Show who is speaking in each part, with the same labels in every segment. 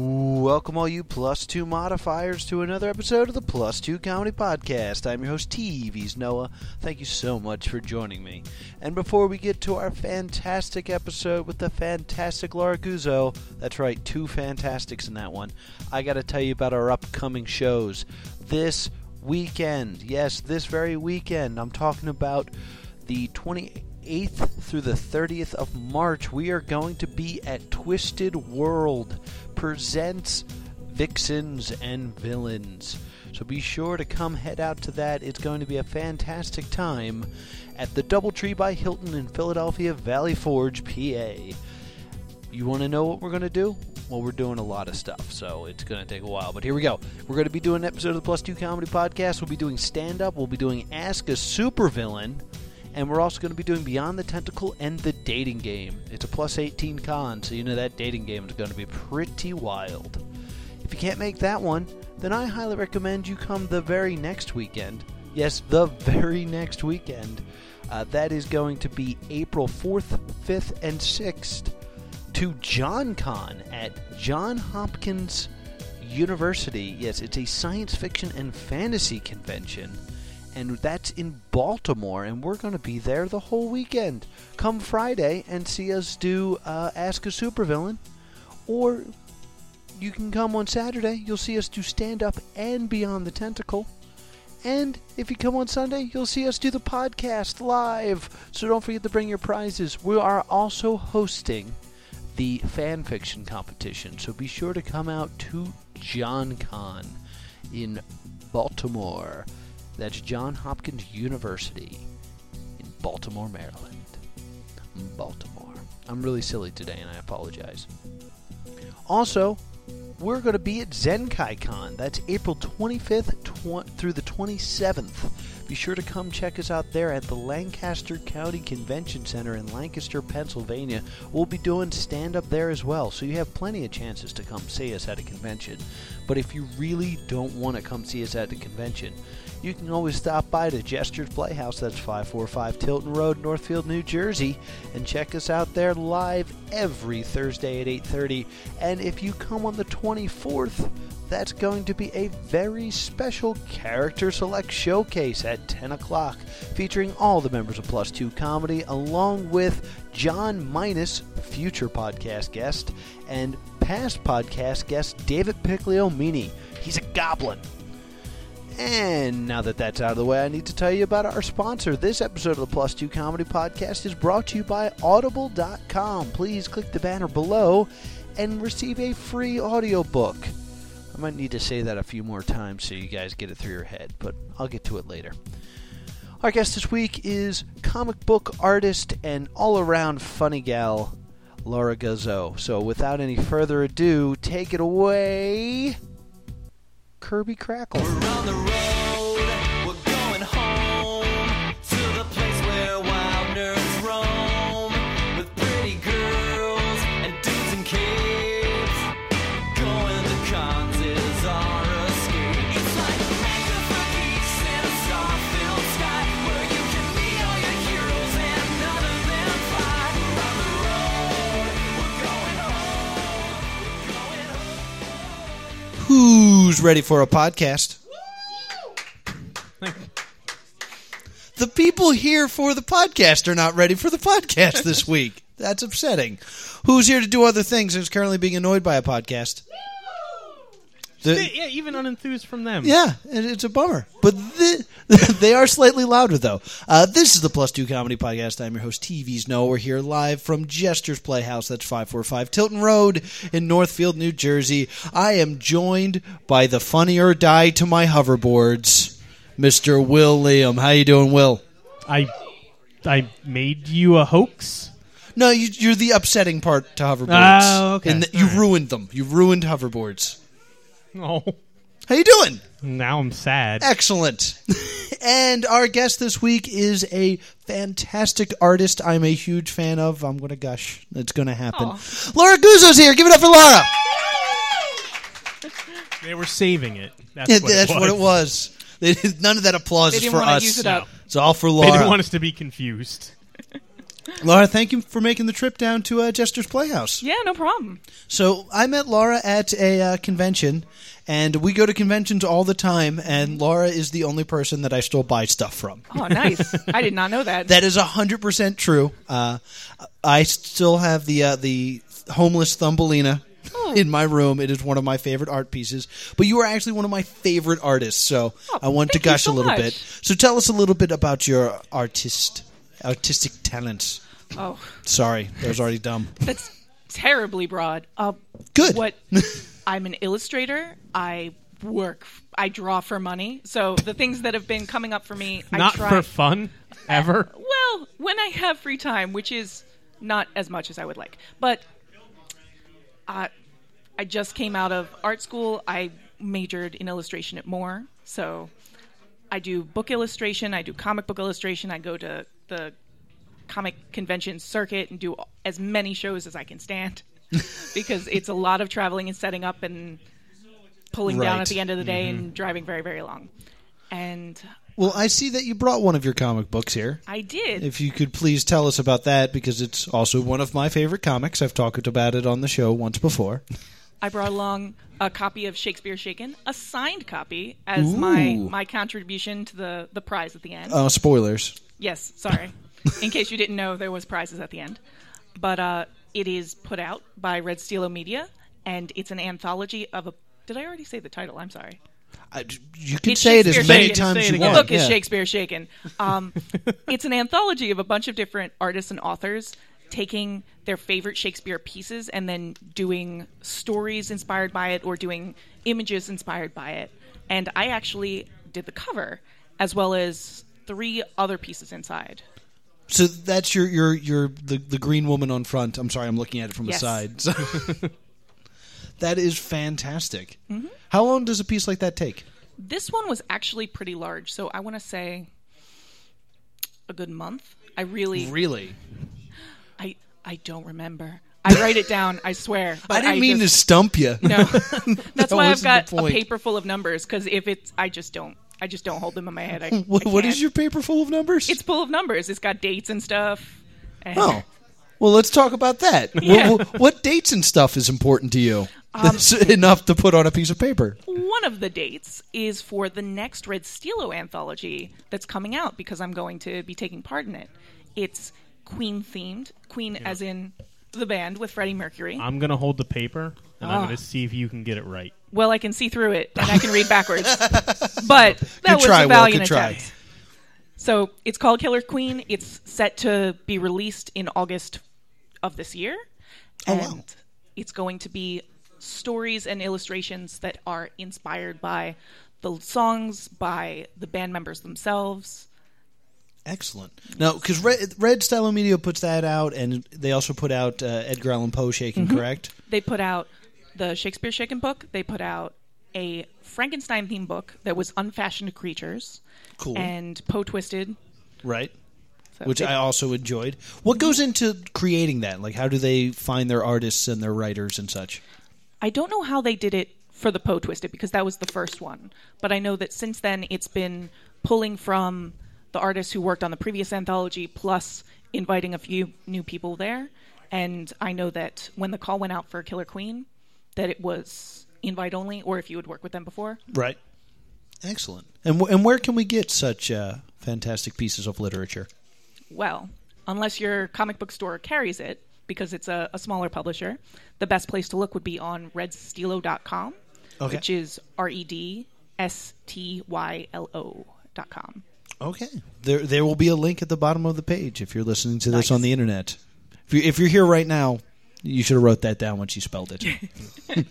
Speaker 1: welcome all you plus two modifiers to another episode of the Plus Two Comedy Podcast. I'm your host, TV's Noah. Thank you so much for joining me. And before we get to our fantastic episode with the fantastic Laura Guzzo, that's right, two fantastics in that one, I got to tell you about our upcoming shows. This weekend, yes, this very weekend, I'm talking about the 28th. 8th through the 30th of March, we are going to be at Twisted World Presents Vixens and Villains. So be sure to come head out to that. It's going to be a fantastic time at the Doubletree by Hilton in Philadelphia, Valley Forge, PA. You want to know what we're going to do? Well, we're doing a lot of stuff, so it's going to take a while. But here we go. We're going to be doing an episode of the Plus Two Comedy Podcast. We'll be doing stand up. We'll be doing Ask a Supervillain and we're also going to be doing Beyond the Tentacle and the Dating Game. It's a plus 18 con, so you know that dating game is going to be pretty wild. If you can't make that one, then I highly recommend you come the very next weekend. Yes, the very next weekend. Uh, that is going to be April 4th, 5th, and 6th to John Con at John Hopkins University. Yes, it's a science fiction and fantasy convention and that's in Baltimore, and we're going to be there the whole weekend. Come Friday and see us do uh, Ask a Supervillain, or you can come on Saturday. You'll see us do Stand Up and Beyond the Tentacle. And if you come on Sunday, you'll see us do the podcast live. So don't forget to bring your prizes. We are also hosting the fan fiction competition, so be sure to come out to John Con in Baltimore. That's John Hopkins University in Baltimore, Maryland. Baltimore. I'm really silly today and I apologize. Also, we're going to be at Zenkai Con. That's April 25th tw- through the 27th. Be sure to come check us out there at the Lancaster County Convention Center in Lancaster, Pennsylvania. We'll be doing stand up there as well, so you have plenty of chances to come see us at a convention. But if you really don't want to come see us at a convention, you can always stop by to Jester's Playhouse, that's 545 Tilton Road, Northfield, New Jersey, and check us out there live every Thursday at 8.30. And if you come on the 24th, that's going to be a very special character select showcase at 10 o'clock, featuring all the members of Plus Two Comedy, along with John Minus, future podcast guest, and past podcast guest David Picliomini. He's a goblin. And now that that's out of the way, I need to tell you about our sponsor. This episode of the Plus Two Comedy Podcast is brought to you by Audible.com. Please click the banner below and receive a free audiobook. I might need to say that a few more times so you guys get it through your head, but I'll get to it later. Our guest this week is comic book artist and all around funny gal, Laura Guzzo. So without any further ado, take it away, Kirby Crackle.
Speaker 2: We're on the road, we're going home to the place where wild nerds roam with pretty girls and dudes in caves. Going to cons is our escape. It's like macarons in a star-filled sky where you can meet all your heroes and none of them fly. We're on the road, we're going home, we're going home.
Speaker 1: Who's ready for a podcast? the people here for the podcast are not ready for the podcast this week. That's upsetting. Who's here to do other things and is currently being annoyed by a podcast? The-
Speaker 3: yeah, even unenthused from them.
Speaker 1: yeah, it- it's a bummer. But thi- they are slightly louder, though. Uh, this is the Plus Two Comedy Podcast. I'm your host, TV's Noah. We're here live from Jester's Playhouse. That's 545 Tilton Road in Northfield, New Jersey. I am joined by the funnier die to my hoverboards, Mr. Will Liam. How you doing, Will?
Speaker 3: I I made you a hoax.
Speaker 1: No, you, you're the upsetting part to hoverboards.
Speaker 3: Oh, okay.
Speaker 1: And th- you ruined them. You ruined hoverboards.
Speaker 3: Oh,
Speaker 1: How you doing?
Speaker 3: now I'm sad.
Speaker 1: Eh. Excellent. and our guest this week is a fantastic artist I'm a huge fan of. I'm going to gush. It's going to happen. Laura Guzzo's here. Give it up for Laura.
Speaker 3: They were saving it. That's,
Speaker 1: Yeah,
Speaker 3: what,
Speaker 1: That's
Speaker 3: it was.
Speaker 1: what it was. They did- None of that applause
Speaker 4: They
Speaker 1: is
Speaker 4: didn't
Speaker 1: for
Speaker 4: wanna
Speaker 1: us.
Speaker 4: use it up.
Speaker 1: It's all for
Speaker 3: They
Speaker 1: Laura.
Speaker 3: didn't want us to be confused.
Speaker 1: Laura, thank you for making the trip down to uh, Jester's Playhouse.
Speaker 4: Yeah, no problem.
Speaker 1: So I met Laura at a uh, convention, and we go to conventions all the time. And Laura is the only person that I still buy stuff from.
Speaker 4: Oh, nice. I did not know that.
Speaker 1: That is hundred percent true. Uh, I still have the uh, the homeless Thumbelina
Speaker 4: Oh.
Speaker 1: in my room. It is one of my favorite art pieces. But you are actually one of my favorite artists, so I wanted to
Speaker 4: Oh, thank you
Speaker 1: gush
Speaker 4: so
Speaker 1: a little
Speaker 4: much.
Speaker 1: bit. So tell us a little bit about your artist artistic talents.
Speaker 4: oh,
Speaker 1: Sorry, that was already dumb.
Speaker 4: that's terribly broad. Uh,
Speaker 1: Good.
Speaker 4: What? I'm an illustrator. I work. I draw for money. So the things that have been coming up for me,
Speaker 3: Not
Speaker 4: I try.
Speaker 3: for fun, ever.
Speaker 4: Well, when I have free time, which is not as much as I would like, but I, I just came out of art school. I majored in illustration at Moore, so I do book illustration. I do comic book illustration. I go to the comic convention circuit and do as many shows as I can stand because it's a lot of traveling and setting up and pulling down
Speaker 1: Right. Mm-hmm.
Speaker 4: at the end of the day and driving very very long. And
Speaker 1: Well, I see that you brought one of your comic books here.
Speaker 4: I did.
Speaker 1: If you could please tell us about that, because it's also one of my favorite comics. I've talked about it on the show once before.
Speaker 4: I brought along a copy of Shakespeare Shaken, a signed copy, as my
Speaker 1: Ooh.
Speaker 4: my contribution to the the prize at the end.
Speaker 1: Uh, spoilers.
Speaker 4: Yes, sorry. In case you didn't know, there was prizes at the end. But uh, it is put out by Red Stilo Media, and it's an anthology of a. Did I already say the title? I'm sorry.
Speaker 1: I, you can
Speaker 4: It's
Speaker 1: say it as
Speaker 4: Shakespeare
Speaker 1: many
Speaker 4: Shaken.
Speaker 1: times
Speaker 3: Say it
Speaker 1: you
Speaker 3: again.
Speaker 1: want.
Speaker 4: The book is
Speaker 1: yeah.
Speaker 4: Shakespeare Shaken. Um, it's an anthology of a bunch of different artists and authors taking their favorite Shakespeare pieces and then doing stories inspired by it or doing images inspired by it. And I actually did the cover as well as three other pieces inside.
Speaker 1: So that's your your your the, the green woman on front. I'm sorry, I'm looking at it from
Speaker 4: Yes.
Speaker 1: the side. So- that is fantastic.
Speaker 4: Mm-hmm.
Speaker 1: How long does a piece like that take?
Speaker 4: This one was actually pretty large, so I want to say a good month. I really,
Speaker 1: Really,
Speaker 4: I, I don't remember. I write it down. I swear.
Speaker 1: I
Speaker 4: but
Speaker 1: didn't mean
Speaker 4: just-
Speaker 1: to stump you.
Speaker 4: No, that's
Speaker 1: No, this
Speaker 4: why I've
Speaker 1: is the
Speaker 4: got a
Speaker 1: point.
Speaker 4: paper full of numbers because if it's, I just don't, I just don't hold them in my head. I, I
Speaker 1: What, what is
Speaker 4: can't.
Speaker 1: your paper full of numbers?
Speaker 4: It's full of numbers. It's got dates and stuff. And
Speaker 1: oh, well, let's talk about that. Wh-
Speaker 4: Yeah. Um,
Speaker 1: wh- what, dates and stuff is important to you? That's enough to put on a piece of paper.
Speaker 4: One of the dates is for the next Red Stilo anthology that's coming out because I'm going to be taking part in it. It's Queen themed, Queen as in the band with Freddie Mercury.
Speaker 3: I'm gonna hold the paper and I'm gonna see if you can get it right.
Speaker 4: well, I can see through it and I can read backwards, but that was
Speaker 1: try,
Speaker 4: a
Speaker 1: Will,
Speaker 4: valiant
Speaker 1: good try.
Speaker 4: attempt. So it's called Killer Queen. It's set to be released in August of this year.
Speaker 1: Oh,
Speaker 4: and
Speaker 1: wow.
Speaker 4: it's going to be stories and illustrations that are inspired by the songs, by the band members themselves.
Speaker 1: Excellent. Now, because Red, Red Stylo Media puts that out, and they also put out uh, Edgar Allan Poe Shaking, correct?
Speaker 4: They put out the Shakespeare Shaken book, they put out a Frankenstein themed book that was Unfashioned Creatures
Speaker 1: Cool.
Speaker 4: and Poe Twisted.
Speaker 1: right.
Speaker 4: So
Speaker 1: Which
Speaker 4: they-
Speaker 1: I also enjoyed. What goes into creating that? Like, how do they find their artists and their writers and such?
Speaker 4: I don't know how they did it for the Poe Twisted because that was the first one, but I know that since then it's been pulling from the artists who worked on the previous anthology, plus inviting a few new people there. And I know that when the call went out for Killer Queen, that it was invite only, or if you had worked with them before.
Speaker 1: Right. Excellent. And wh- and where can we get such uh, fantastic pieces of literature?
Speaker 4: Well, unless your comic book store carries it, because it's a, a smaller publisher, the best place to look would be on redstilo.com,
Speaker 1: Okay.
Speaker 4: which is R E D S T Y L O dot com.
Speaker 1: Okay. There there will be a link at the bottom of the page if you're listening to this
Speaker 4: Nice.
Speaker 1: on the internet. If you if you're here right now, you should have wrote that down once you spelled it.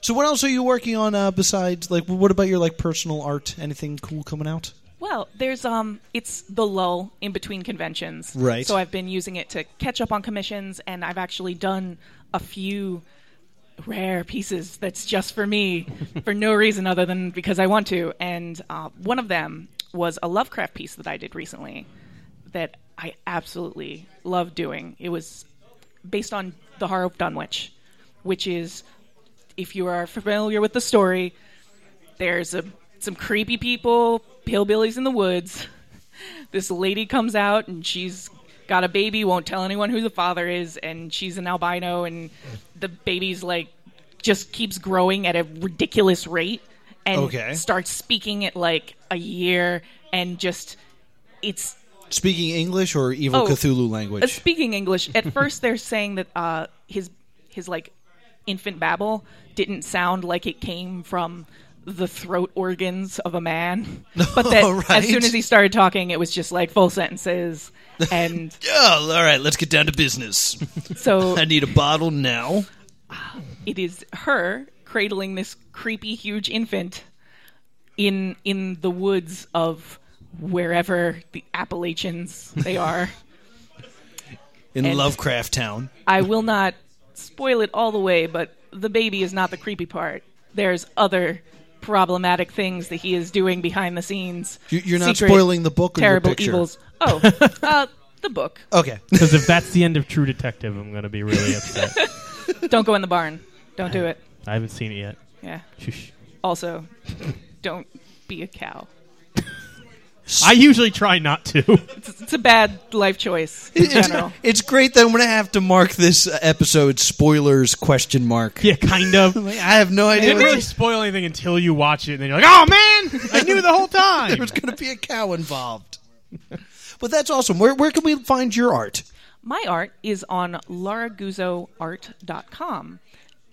Speaker 1: so what else are you working on uh, besides like what about your like personal art? Anything cool coming out?
Speaker 4: Well, there's um, it's the lull in between conventions,
Speaker 1: Right.
Speaker 4: So I've been using it to catch up on commissions, and I've actually done a few rare pieces that's just for me, for no reason other than because I want to. And uh, one of them was a Lovecraft piece that I did recently, that I absolutely loved doing. It was based on the Horror of Dunwich, which is, if you are familiar with the story, there's a, some creepy people, hillbillies in the woods. This lady comes out and she's got a baby, won't tell anyone who the father is, and she's an albino, and the baby's like just keeps growing at a ridiculous rate, and
Speaker 1: Okay.
Speaker 4: starts speaking at like a year, and just it's
Speaker 1: Speaking English or evil
Speaker 4: Oh.
Speaker 1: Cthulhu
Speaker 4: uh,
Speaker 1: language?
Speaker 4: speaking English. At first, they're saying that uh, his his like infant babble didn't sound like it came from the throat organs of a man, but that
Speaker 1: Right.
Speaker 4: as soon as he started talking, it was just like full sentences. And
Speaker 1: oh, all right, let's get down to business.
Speaker 4: so
Speaker 1: I need a bottle now.
Speaker 4: it is her cradling this creepy huge infant in in the woods of wherever the Appalachians they are.
Speaker 1: In
Speaker 4: And-
Speaker 1: Lovecraft Town.
Speaker 4: I will not spoil it all the way, but the baby is not the creepy part. There's other problematic things that he is doing behind the scenes.
Speaker 1: You- you're not
Speaker 4: Secret,
Speaker 1: spoiling the book or your
Speaker 4: terrible
Speaker 1: picture?
Speaker 4: evils. Oh, uh, the book.
Speaker 1: Okay.
Speaker 3: Because if that's the end of True Detective, I'm going to be really upset.
Speaker 4: Don't go in the barn. Don't do it.
Speaker 3: I haven't seen it yet.
Speaker 4: Yeah.
Speaker 3: Shush.
Speaker 4: Also, don't be a cow.
Speaker 3: I usually try not to.
Speaker 4: It's, it's a bad life choice in general.
Speaker 1: It's great that I'm going to have to mark this uh, episode spoilers question mark.
Speaker 3: yeah, kind of.
Speaker 1: Like, I have no
Speaker 3: It
Speaker 1: idea.
Speaker 3: didn't really
Speaker 1: There's
Speaker 3: spoil anything until you watch it, and then you're like, "Oh man, I knew the whole time."
Speaker 1: going to be a cow involved. But that's awesome. Where where can we find your art?
Speaker 4: My art is on laraguzzoart.com,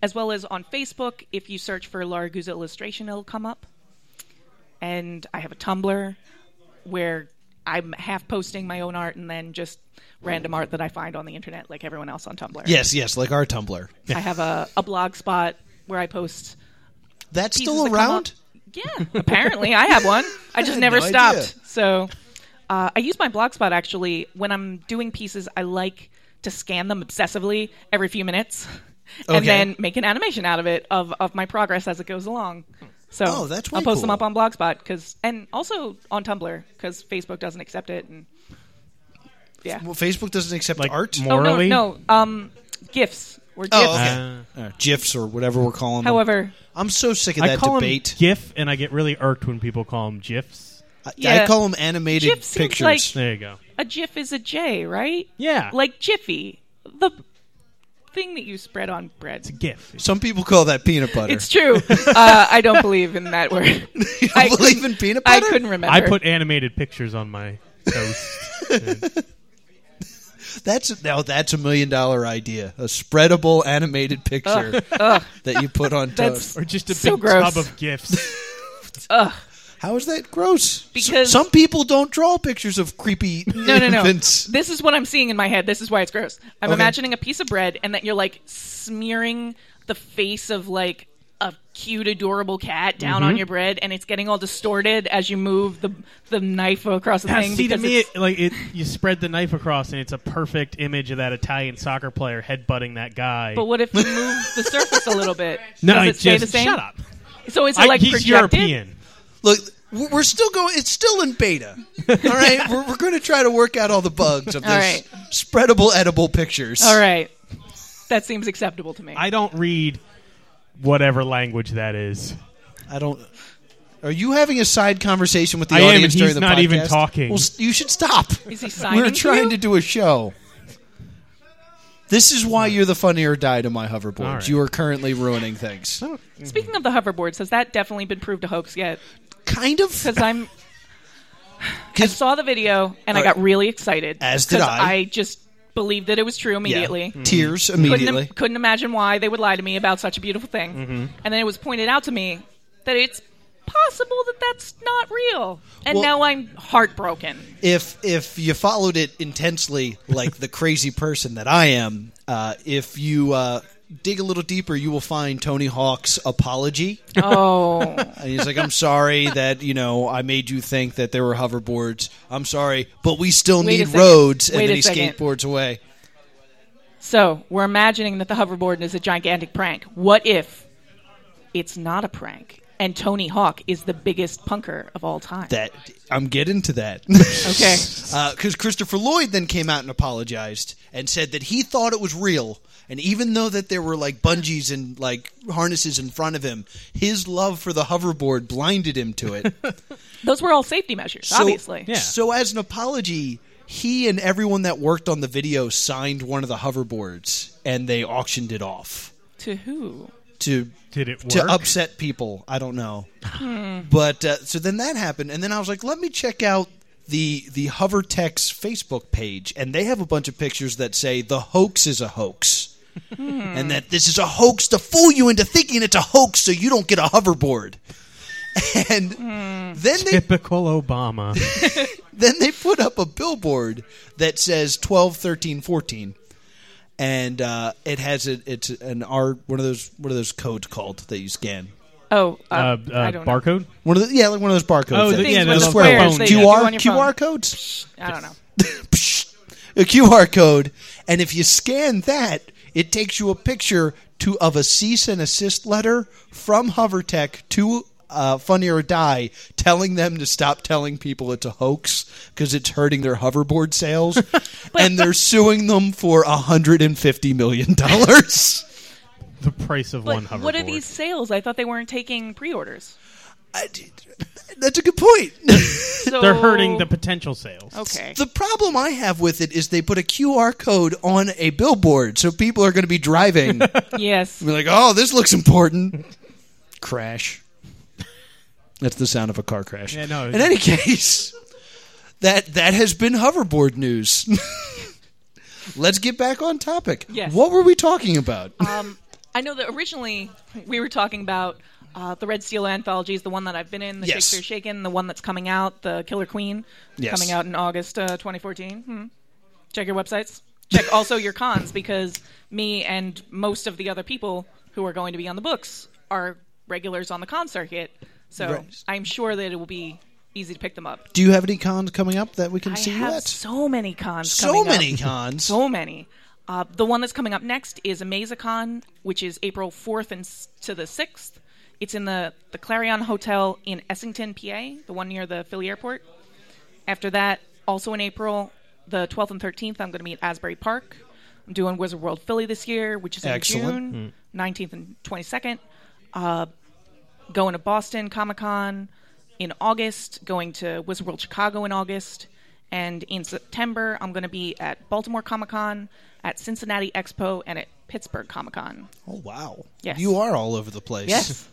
Speaker 4: as well as on Facebook. If you search for Lara Guzzo Illustration, it'll come up. And I have a Tumblr where I'm half posting my own art and then just random art that I find on the internet, like everyone else on Tumblr.
Speaker 1: Yes, yes, like our Tumblr.
Speaker 4: I have a, a blog spot where I post.
Speaker 1: That's
Speaker 4: pieces
Speaker 1: still
Speaker 4: that come
Speaker 1: around.
Speaker 4: up. Yeah, apparently I have one. I just never
Speaker 1: no
Speaker 4: stopped.
Speaker 1: idea.
Speaker 4: So uh, I use my blogspot actually when I'm doing pieces. I like to scan them obsessively every few minutes,
Speaker 1: Okay.
Speaker 4: and then make an animation out of it of of my progress as it goes along. So
Speaker 1: Oh, that's way
Speaker 4: I'll post them
Speaker 1: cool.
Speaker 4: up on Blogspot because and also on Tumblr because Facebook doesn't accept it and yeah.
Speaker 1: Well, Facebook doesn't accept
Speaker 3: Like
Speaker 1: art.
Speaker 3: more-
Speaker 4: Oh no,
Speaker 3: Morally?
Speaker 4: no, um, gifs. We're gifs.
Speaker 1: Oh, okay. Uh, GIFs or whatever we're calling them.
Speaker 4: However,
Speaker 1: I'm so sick of
Speaker 3: I
Speaker 1: that
Speaker 3: call
Speaker 1: debate.
Speaker 3: him GIF, and I get really irked when people call him GIFs.
Speaker 1: I- I
Speaker 4: Yeah.
Speaker 1: call them animated
Speaker 4: GIF seems
Speaker 1: pictures.
Speaker 4: like-
Speaker 3: There you go.
Speaker 4: a GIF is a J, right?
Speaker 3: Yeah,
Speaker 4: like Jiffy, the thing that you spread on bread.
Speaker 3: GIF.
Speaker 1: Some people call that peanut butter.
Speaker 4: It's true. Uh, I don't believe in that word. I
Speaker 1: I believe in peanut
Speaker 4: I
Speaker 1: butter.
Speaker 4: couldn't remember.
Speaker 3: I put animated pictures on my toast. and
Speaker 1: That's now that's a million dollar idea. A spreadable animated picture that you put on
Speaker 4: That's-
Speaker 1: toast.
Speaker 3: or just a
Speaker 4: So
Speaker 3: big
Speaker 4: gross.
Speaker 3: tub of GIFs.
Speaker 1: How is that gross? S-
Speaker 4: Because-
Speaker 1: some people don't draw pictures of creepy
Speaker 4: no, no, no.
Speaker 1: infants.
Speaker 4: This is what I'm seeing in my head. This is why it's gross. I'm
Speaker 1: Okay.
Speaker 4: imagining a piece of bread, and that you're like smearing the face of like a cute, adorable cat down
Speaker 3: Mm-hmm.
Speaker 4: on your bread, and it's getting all distorted as you move the the knife across the
Speaker 3: Yeah,
Speaker 4: thing.
Speaker 3: see, to
Speaker 4: because
Speaker 3: me,
Speaker 4: it's-
Speaker 3: it, like it, you spread the knife across, and it's a perfect image of that Italian soccer player headbutting that guy.
Speaker 4: but what if you move the surface a little bit?
Speaker 3: no,
Speaker 4: Does it,
Speaker 3: it
Speaker 4: stay
Speaker 3: just
Speaker 4: the same?
Speaker 3: shut up.
Speaker 4: So is it
Speaker 3: I-
Speaker 4: like
Speaker 3: he's
Speaker 4: projected?
Speaker 3: European.
Speaker 1: Look, we're we're still going. It's still in beta. All right, we're, we're going to try to work out all the bugs of this
Speaker 4: All right.
Speaker 1: spreadable edible pictures.
Speaker 4: All right. That seems acceptable to me.
Speaker 3: I don't read whatever language that is.
Speaker 1: I don't. Are you having a side conversation with the
Speaker 3: I am, and
Speaker 1: audience during
Speaker 3: he's
Speaker 1: the
Speaker 3: not even
Speaker 1: podcast?
Speaker 3: talking.
Speaker 1: Well, s- you should stop.
Speaker 4: Is he signing?
Speaker 1: We're trying to,
Speaker 4: you?
Speaker 1: do a show. This is why you're the funny or die to my hoverboards.
Speaker 3: All right.
Speaker 1: You are currently ruining things.
Speaker 4: Speaking of the hoverboards, has that definitely been proved a hoax yet?
Speaker 1: Kind of.
Speaker 4: Because I'm. I
Speaker 1: 'Cause-
Speaker 4: saw the video and I
Speaker 1: All right.
Speaker 4: got really excited.
Speaker 1: As did
Speaker 4: 'cause
Speaker 1: I.
Speaker 4: I just believed that it was true
Speaker 1: Yeah.
Speaker 4: immediately.
Speaker 1: Tears
Speaker 4: Couldn't,
Speaker 1: immediately. Mm-hmm.
Speaker 4: couldn't imagine why they would lie to me about such a beautiful thing. And then it was pointed out to me that it's possible that that's not real. And
Speaker 1: Well-
Speaker 4: now I'm heartbroken.
Speaker 1: if if you followed it intensely, like the crazy person that I am, uh, if you uh, dig a little deeper, you will find Tony Hawk's apology.
Speaker 4: Oh.
Speaker 1: And he's like, "I'm sorry that you know I made you think that there were hoverboards. I'm sorry, but we still
Speaker 4: Wait a
Speaker 1: need
Speaker 4: second.
Speaker 1: roads." And
Speaker 4: Wait
Speaker 1: then
Speaker 4: a
Speaker 1: he
Speaker 4: second.
Speaker 1: skateboards away.
Speaker 4: So we're imagining that the hoverboard is a gigantic prank. What if it's not a prank and Tony Hawk is the biggest punker of all time?
Speaker 1: That I'm getting to that.
Speaker 4: okay.
Speaker 1: because Uh, Christopher Lloyd then came out and apologized and said that he thought it was real, and even though that there were like bungees and like harnesses in front of him, his love for the hoverboard blinded him to it.
Speaker 4: Those were all safety measures,
Speaker 1: So-
Speaker 4: obviously.
Speaker 3: Yeah.
Speaker 1: So as an apology, he and everyone that worked on the video signed one of the hoverboards and they auctioned it off
Speaker 4: To who?
Speaker 1: to
Speaker 3: Did it work?
Speaker 1: to upset people. I don't know. but uh, so then that happened, and then I was like, let me check out the the HoverTex Facebook page, and they have a bunch of pictures that say the hoax is a hoax, and that this is a hoax to fool you into thinking it's a hoax so you don't get a hoverboard. And then they
Speaker 3: Typical Obama.
Speaker 1: then they put up a billboard that says 12 13 14 and uh, it has a, it's an r one of those what are those codes called that you scan
Speaker 4: Oh, uh,
Speaker 3: uh, uh,
Speaker 4: I don't know.
Speaker 3: barcode.
Speaker 1: One of the yeah, like one of those barcodes.
Speaker 3: Oh,
Speaker 1: that-
Speaker 3: the-
Speaker 4: Things
Speaker 3: yeah,
Speaker 4: with
Speaker 3: those
Speaker 4: the
Speaker 3: square
Speaker 4: squares
Speaker 3: phones.
Speaker 4: that you do
Speaker 1: QR
Speaker 4: on your
Speaker 1: QR
Speaker 4: phone.
Speaker 1: codes.
Speaker 4: I don't know.
Speaker 1: Psh, a QR code, and if you scan that, it takes you a picture to of a cease and assist letter from HoverTech to uh, Funny or Die, telling them to stop telling people it's a hoax because it's hurting their hoverboard sales, and they're suing them for hundred and fifty million dollars.
Speaker 3: The price of one
Speaker 4: But
Speaker 3: hoverboard.
Speaker 4: what are these sales? I thought they weren't taking pre-orders.
Speaker 1: That's a good point.
Speaker 4: So
Speaker 3: They're hurting the potential sales.
Speaker 4: Okay.
Speaker 1: The problem I have with it is they put a QR code on a billboard, so people are going to be driving. be
Speaker 4: yes.
Speaker 1: like, oh, this looks important. Crash. That's the sound of a car crash.
Speaker 3: Yeah, no, it-
Speaker 1: In any case, that that has been hoverboard news. Let's get back on topic.
Speaker 4: Yes. Uh,
Speaker 1: What were we talking about?
Speaker 4: I know that originally we were talking about uh, the Red Steel anthologies, the one that I've been in, the
Speaker 1: Yes.
Speaker 4: Shakespeare Shaken, the one that's coming out, the Killer Queen,
Speaker 1: Yes.
Speaker 4: coming out in August uh, 2014. Hmm. Check your websites. Check also your cons because me and most of the other people who are going to be on the books are regulars on the con circuit. So
Speaker 1: Right.
Speaker 4: I'm sure that it will be easy to pick them up.
Speaker 1: Do you have any cons coming up that we can
Speaker 4: I
Speaker 1: see
Speaker 4: have
Speaker 1: yet?
Speaker 4: so many cons.
Speaker 1: So
Speaker 4: coming up.
Speaker 1: many cons.
Speaker 4: So many. Uh, the one that's coming up next is AmazaCon, which is April 4th and s- to the 6th. It's in the, the Clarion Hotel in Essington, PA, the one near the Philly Airport. After that, also in April, the 12th and 13th, I'm going to be at Asbury Park. I'm doing Wizard World Philly this year, which is in
Speaker 1: Excellent.
Speaker 4: June, 19th and 22nd. Uh, going to Boston Comic Con in August, going to Wizard World Chicago in August, and in September, I'm going to be at Baltimore Comic Con, at Cincinnati Expo, and at Pittsburgh Comic Con.
Speaker 1: oh, wow.
Speaker 4: Yes.
Speaker 1: You are all over the place.
Speaker 4: Yes.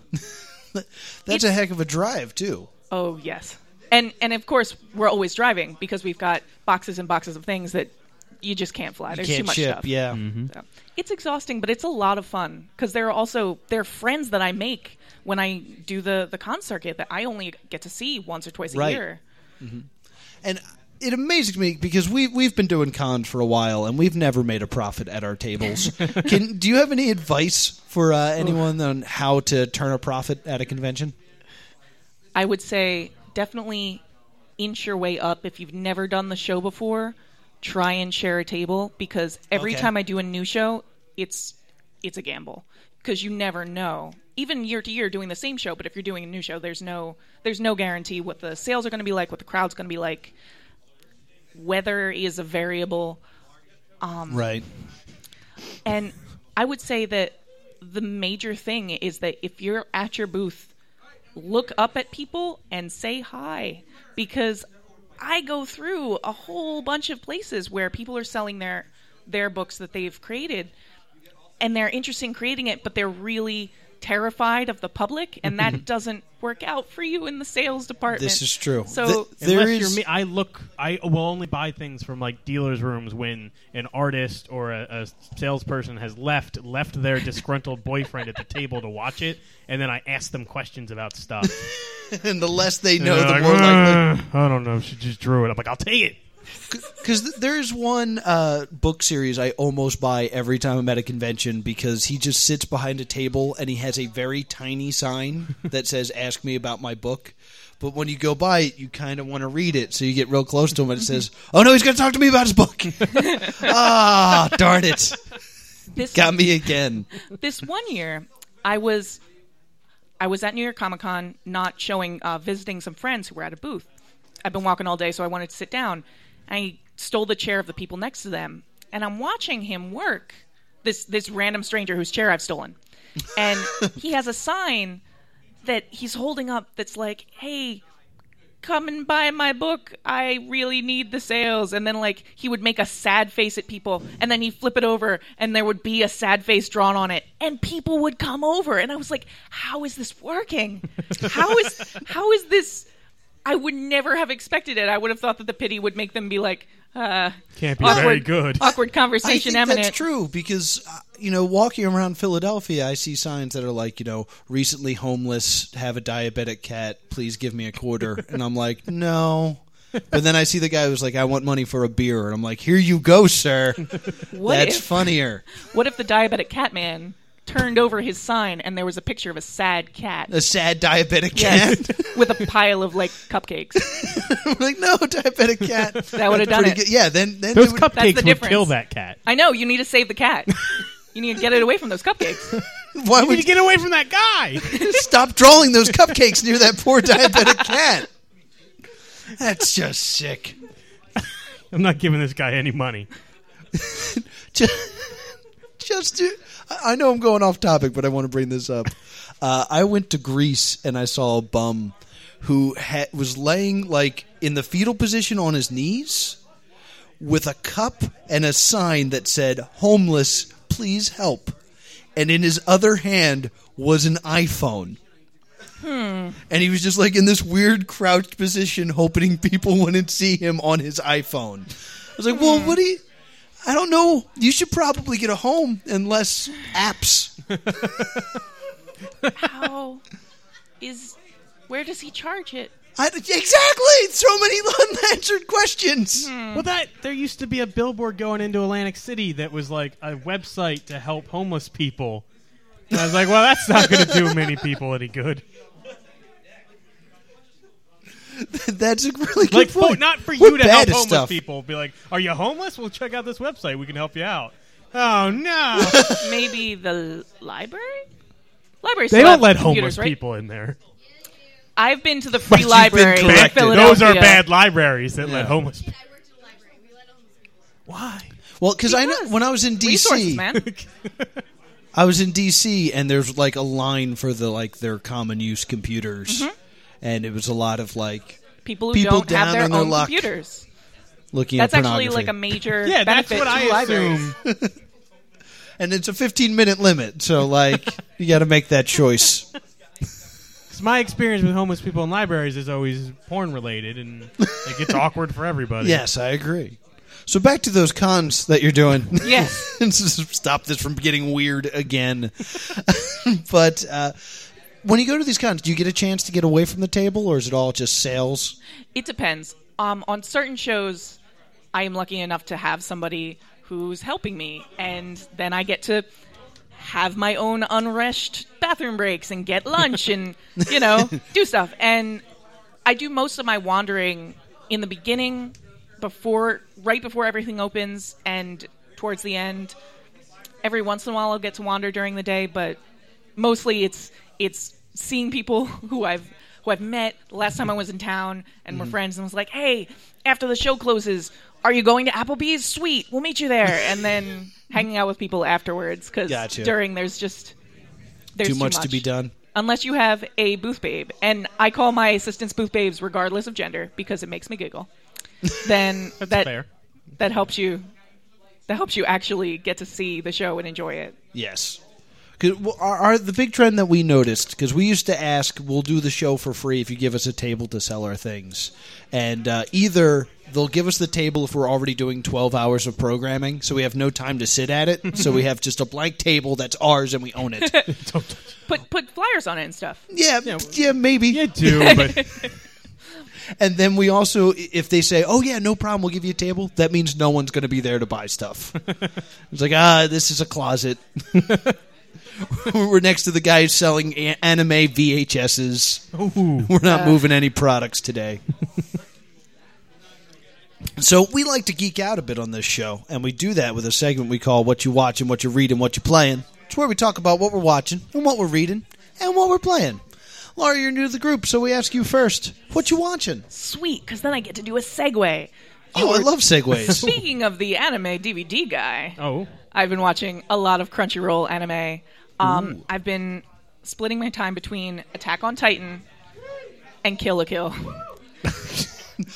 Speaker 1: That's a heck of a drive, too.
Speaker 4: Oh yes, and and of course we're always driving because we've got boxes and boxes of things that you just can't fly. There's
Speaker 1: Can't
Speaker 4: too much
Speaker 1: ship,
Speaker 4: stuff. Mm.
Speaker 1: yeah. Mm-hmm.
Speaker 4: So, it's exhausting, but it's a lot of fun because there are also there are friends that I make when I do the the con circuit that I only get to see once or twice a
Speaker 1: Right.
Speaker 4: year.
Speaker 1: and it amazes me because we we've been doing cons for a while and we've never made a profit at our tables. Can do you have any advice for uh, anyone on how to turn a profit at a convention?
Speaker 4: I would say definitely inch your way up if you've never done the show before. Try and share a table because every
Speaker 1: Okay.
Speaker 4: time I do a new show, it's it's a gamble because you never know. Even year to year doing the same show, but if you're doing a new show, there's no there's no guarantee what the sales are going to be like, what the crowd's going to be like. Weather is a variable
Speaker 1: Right.
Speaker 4: and I would say that the major thing is that if you're at your booth, look up at people and say hi because I go through a whole bunch of places where people are selling their their books that they've created and they're interested in creating it but they're really terrified of the public and that doesn't work out for you in the sales department.
Speaker 1: This is true.
Speaker 4: So
Speaker 1: Th- there
Speaker 3: Unless
Speaker 1: is-
Speaker 3: you're me, I look. I will only buy things from like dealers' rooms when an artist or a, a salesperson has left left their disgruntled boyfriend at the table to watch it, and then I ask them questions about stuff.
Speaker 1: and the less they know,
Speaker 3: And they're
Speaker 1: the
Speaker 3: like,
Speaker 1: more likely.
Speaker 3: "Ugh, I don't know. She just drew it. I'm like, I'll take it.
Speaker 1: Because th- there's one uh, book series I almost buy every time I'm at a convention because he just sits behind a table and he has a very tiny sign that says "Ask me about my book." But when you go by it, you kind of want to read it, so you get real close to him and it says, "Oh no, he's going to talk to me about his book." ah, darn it,
Speaker 4: this
Speaker 1: got me again.
Speaker 4: this one year, I was I was at New York Comic Con, not showing, uh, visiting some friends who were at a booth. I've been walking all day, so I wanted to sit down. I stole the chair of the people next to them, and I'm watching him work. This this random stranger whose chair I've stolen, and he has a sign that he's holding up that's like, "Hey, come and buy my book. I really need the sales. And then, like, he would make a sad face at people, and then he'd flip it over, and there would be a sad face drawn on it, and people would come over. And I was like, how is this working? How is how is this? I would never have expected it. I would have thought that the pity would make them be like, uh,
Speaker 3: Can't be
Speaker 4: awkward,
Speaker 3: very good.
Speaker 4: Awkward
Speaker 1: I
Speaker 4: conversation
Speaker 1: think
Speaker 4: eminent.
Speaker 1: that's true because uh, you know, walking around Philadelphia, I see signs that are like, you know, recently homeless, have a diabetic cat, please give me a quarter, and I'm like, no. But then I see the guy who's like, I want money for a beer, and I'm like, here you go, sir.
Speaker 4: What
Speaker 1: That's
Speaker 4: if-
Speaker 1: funnier.
Speaker 4: What if the diabetic cat man turned over his sign and there was a picture of a sad cat
Speaker 1: A sad diabetic
Speaker 4: Yes.
Speaker 1: cat.
Speaker 4: with a pile of like cupcakes?
Speaker 1: I'm like, no, diabetic cat.
Speaker 4: That would have done
Speaker 1: Pretty
Speaker 4: it.
Speaker 1: good. Yeah, then then
Speaker 3: Those
Speaker 1: they would-
Speaker 4: That's the
Speaker 3: cupcakes would kill
Speaker 4: difference.
Speaker 3: that cat.
Speaker 4: I know you need to save the cat. You need to get it away from those cupcakes.
Speaker 1: why
Speaker 3: We need
Speaker 1: would
Speaker 3: to get away from that guy.
Speaker 1: Stop drawing those cupcakes near that poor diabetic cat. That's just sick.
Speaker 3: I'm not giving this guy any money.
Speaker 1: Just, just do. I I know I'm going off topic, but I want to bring this up. Uh, I went to Greece and I saw a bum who ha- was laying like in the fetal position on his knees with a cup and a sign that said "Homeless, please help," and in his other hand was an iPhone. And he was just like in this weird crouched position, hoping people wouldn't see him on his iPhone. I was like, "Well, what do you?" I don't know. You should probably get a home and less apps.
Speaker 4: How is where does he charge it?
Speaker 1: I, exactly. So many unanswered questions.
Speaker 4: Hmm.
Speaker 3: Well, that there used to be a billboard going into Atlantic City that was like a website to help homeless people. And I was like, well, that's not going to do many people any good.
Speaker 1: That's a really good
Speaker 3: Like,
Speaker 1: point.
Speaker 3: for, not for
Speaker 1: We're
Speaker 3: you to
Speaker 1: bad at
Speaker 3: help homeless
Speaker 1: stuff.
Speaker 3: people. Be like, are you homeless? Well, check out this website. We can help you out. Oh no,
Speaker 4: Maybe the library? Libraries.
Speaker 3: they
Speaker 4: still
Speaker 3: don't
Speaker 4: have
Speaker 3: let
Speaker 4: computers,
Speaker 3: homeless
Speaker 4: right?
Speaker 3: people in there.
Speaker 4: I've been to the
Speaker 1: But
Speaker 4: free
Speaker 1: you've been
Speaker 4: library in
Speaker 1: corrected.
Speaker 4: Philadelphia.
Speaker 3: Those are bad libraries that let homeless. people.
Speaker 5: I worked in a library. We let homeless people.
Speaker 3: Why?
Speaker 1: Well, because I know
Speaker 4: Because
Speaker 1: when I was in
Speaker 4: resources,
Speaker 1: DC,
Speaker 4: man.
Speaker 1: I was in DC, and there's like a line for the like their common use computers,
Speaker 4: Mm-hmm.
Speaker 1: and it was a lot of like
Speaker 4: People who
Speaker 1: People
Speaker 4: don't
Speaker 1: down
Speaker 4: have their
Speaker 1: on their
Speaker 4: own
Speaker 1: luck.
Speaker 4: computers.
Speaker 1: looking
Speaker 4: That's
Speaker 1: at
Speaker 4: actually
Speaker 1: pornography.
Speaker 4: like a major
Speaker 3: Yeah, that's what
Speaker 4: benefit to
Speaker 3: I
Speaker 4: libraries.
Speaker 3: assume.
Speaker 1: and it's a 15 minute limit, so like you got to make that choice.
Speaker 3: 'Cause my experience with homeless people in libraries is always porn related, and it gets awkward for everybody.
Speaker 1: Yes, I agree. So back to those cons that you're doing.
Speaker 4: Yes.
Speaker 1: stop this from getting weird again. but uh, when you go to these cons, do you get a chance to get away from the table, or is it all just sales?
Speaker 4: It depends. Um, on certain shows, I am lucky enough to have somebody who's helping me, and then I get to have my own unrest bathroom breaks and get lunch and you know do stuff. And I do most of my wandering in the beginning, before right before everything opens, and towards the end. Every once in a while, I'll get to wander during the day, but mostly it's it's seeing people who I've who I've met the last time I was in town and
Speaker 1: Mm-hmm.
Speaker 4: we're friends and was like, hey, after the show closes, are you going to Applebee's? Sweet, we'll meet you there, and then hanging out with people afterwards because
Speaker 1: Gotcha.
Speaker 4: during there's just there's
Speaker 1: Too much, to be done.
Speaker 4: Unless you have a booth babe, and I call my assistants booth babes regardless of gender because it makes me giggle. Then
Speaker 3: that's
Speaker 4: that
Speaker 3: fair.
Speaker 4: that helps you that helps you actually get to see the show and enjoy it.
Speaker 1: Yes. 'Cause, well, Our, our, the big trend that we noticed, because we used to ask, we'll do the show for free if you give us a table to sell our things. And uh, either they'll give us the table if we're already doing 12 hours of programming, so we have no time to sit at it. so we have just a blank table that's ours and we own it.
Speaker 4: Put put flyers on it and stuff.
Speaker 1: yeah, yeah, maybe.
Speaker 3: You do, but
Speaker 1: And then we also, if they say, "Oh yeah, no problem, we'll give you a table," that means no one's going to be there to buy stuff. it's like, ah, this is a closet. We're next to the guy who's selling a- anime VHSs. We're not moving any products today. so we like to geek out a bit on this show, and we do that with a segment we call "What You Watching, What You Reading, What You Playing." It's where we talk about what we're watching and what we're reading and what we're playing. Laura, you're new to the group, so we ask you first, what you watching?
Speaker 4: Sweet, because then I get to do a segue.
Speaker 1: Oh, I love segues.
Speaker 4: Speaking of the anime DVD guy,
Speaker 3: oh,
Speaker 4: I've been watching a lot of Crunchyroll anime. Um, I've been splitting my time between Attack on Titan and Kill a Kill.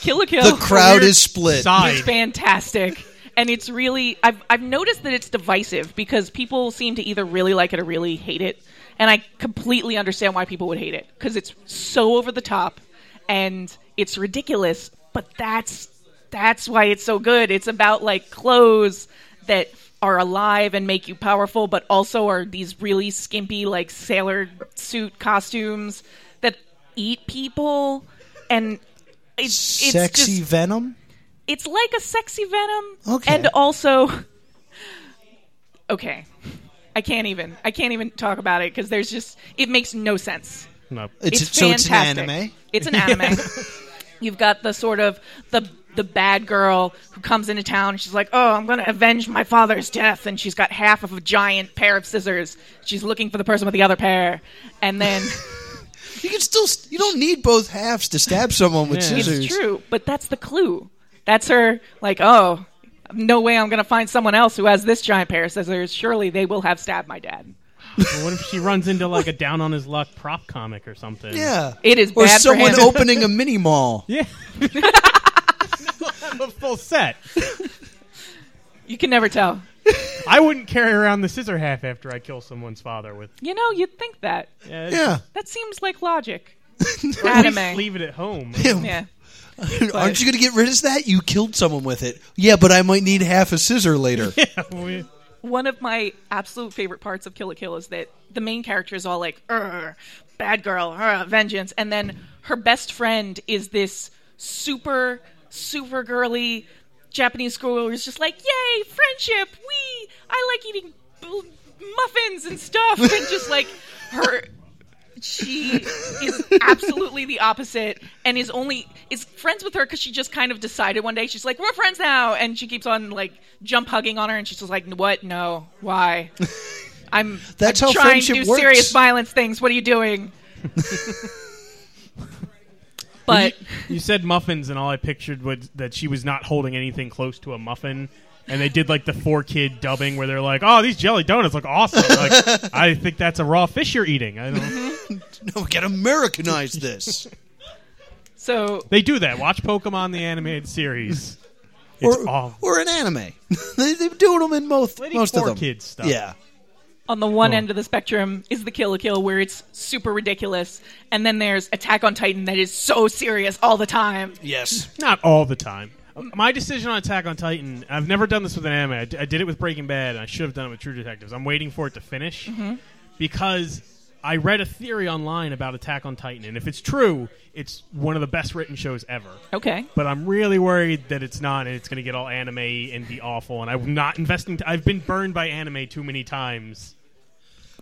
Speaker 4: Kill a Kill.
Speaker 1: The crowd
Speaker 3: Weird
Speaker 1: is split.
Speaker 4: It's
Speaker 3: Side.
Speaker 4: fantastic. And it's really I've I've noticed that it's divisive because people seem to either really like it or really hate it. And I completely understand why people would hate it cuz it's so over the top and it's ridiculous, but that's that's why it's so good. It's about like clothes that are alive and make you powerful but also are these really skimpy like sailor suit costumes that eat people and it's it's
Speaker 1: Sexy
Speaker 4: just,
Speaker 1: Venom.
Speaker 4: it's like a sexy venom
Speaker 1: Okay.
Speaker 4: and also okay i can't even i can't even talk about it because there's just it makes no sense
Speaker 3: No.
Speaker 1: It's,
Speaker 4: it's,
Speaker 1: so it's an
Speaker 4: fantastic
Speaker 1: anime.
Speaker 4: it's an anime you've got the sort of the the bad girl who comes into town and she's like oh i'm gonna avenge my father's death and she's got half of a giant pair of scissors she's looking for the person with the other pair and then
Speaker 1: You can still. You don't need both halves to stab someone with
Speaker 3: Yeah. It's
Speaker 1: scissors.
Speaker 4: It's true, but that's the clue. That's her, like, oh, no way I'm going to find someone else who has this giant pair of scissors. Surely they will have stabbed my dad.
Speaker 3: Well, what if she runs into like a down on his luck prop comic or something?
Speaker 1: Yeah.
Speaker 4: It is
Speaker 1: or
Speaker 4: bad for
Speaker 1: someone
Speaker 4: him.
Speaker 1: opening a mini mall.
Speaker 3: Yeah. Have a full set.
Speaker 4: You can never tell.
Speaker 3: I wouldn't carry around the scissor half after I kill someone's father with.
Speaker 4: You know, you'd think that.
Speaker 3: Yeah.
Speaker 1: Yeah.
Speaker 4: That seems like logic.
Speaker 3: At least
Speaker 4: Anime.
Speaker 3: leave it at home.
Speaker 4: Yeah.
Speaker 1: Aren't you going to get rid of that? You killed someone with it. Yeah, but I might need half a scissor later.
Speaker 3: We-
Speaker 4: One of my absolute favorite parts of Kill a Kill is that the main character is all like, "Urgh, bad girl, urgh, vengeance. And then her best friend is this super, super girly Japanese girl who's just like, yay, friendship, we, I like eating b- muffins and stuff. And just like her, she is absolutely the opposite and is only is friends with her because she just kind of decided one day she's like we're friends now and she keeps on like jump hugging on her and she's just like what no why i'm
Speaker 1: That's
Speaker 4: I'm
Speaker 1: how
Speaker 4: trying
Speaker 1: friendship
Speaker 4: to do
Speaker 1: works.
Speaker 4: serious violence things what are you doing but
Speaker 3: you said muffins, and all I pictured was that she was not holding anything close to a muffin. And they did like the four kid dubbing where they're like, "Oh, these jelly donuts look awesome! Like, I think that's a raw fish you're eating." I don't.
Speaker 1: no, we got to Americanize this.
Speaker 4: so
Speaker 3: They do that. Watch Pokemon the animated series. It's
Speaker 1: or,
Speaker 3: awful.
Speaker 1: or an anime. they, they're doing them in most,
Speaker 3: Lady
Speaker 1: most of
Speaker 3: Four
Speaker 1: them.
Speaker 3: Kids stuff.
Speaker 1: Yeah.
Speaker 4: on the one end of the spectrum is the Kill a Kill, where it's super ridiculous, and then there's Attack on Titan that is so serious all the time.
Speaker 1: Yes.
Speaker 3: Not all the time. My decision on Attack on Titan, I've never done this with an anime. I, d- I did it with Breaking Bad, and I should have done it with True Detectives. I'm waiting for it to finish
Speaker 4: Mm-hmm.
Speaker 3: because I read a theory online about Attack on Titan, and if it's true, it's one of the best written shows ever.
Speaker 4: Okay,
Speaker 3: But I'm really worried that it's not, and it's going to get all anime and be awful. And I'm not investing. T- I've been burned by anime too many times.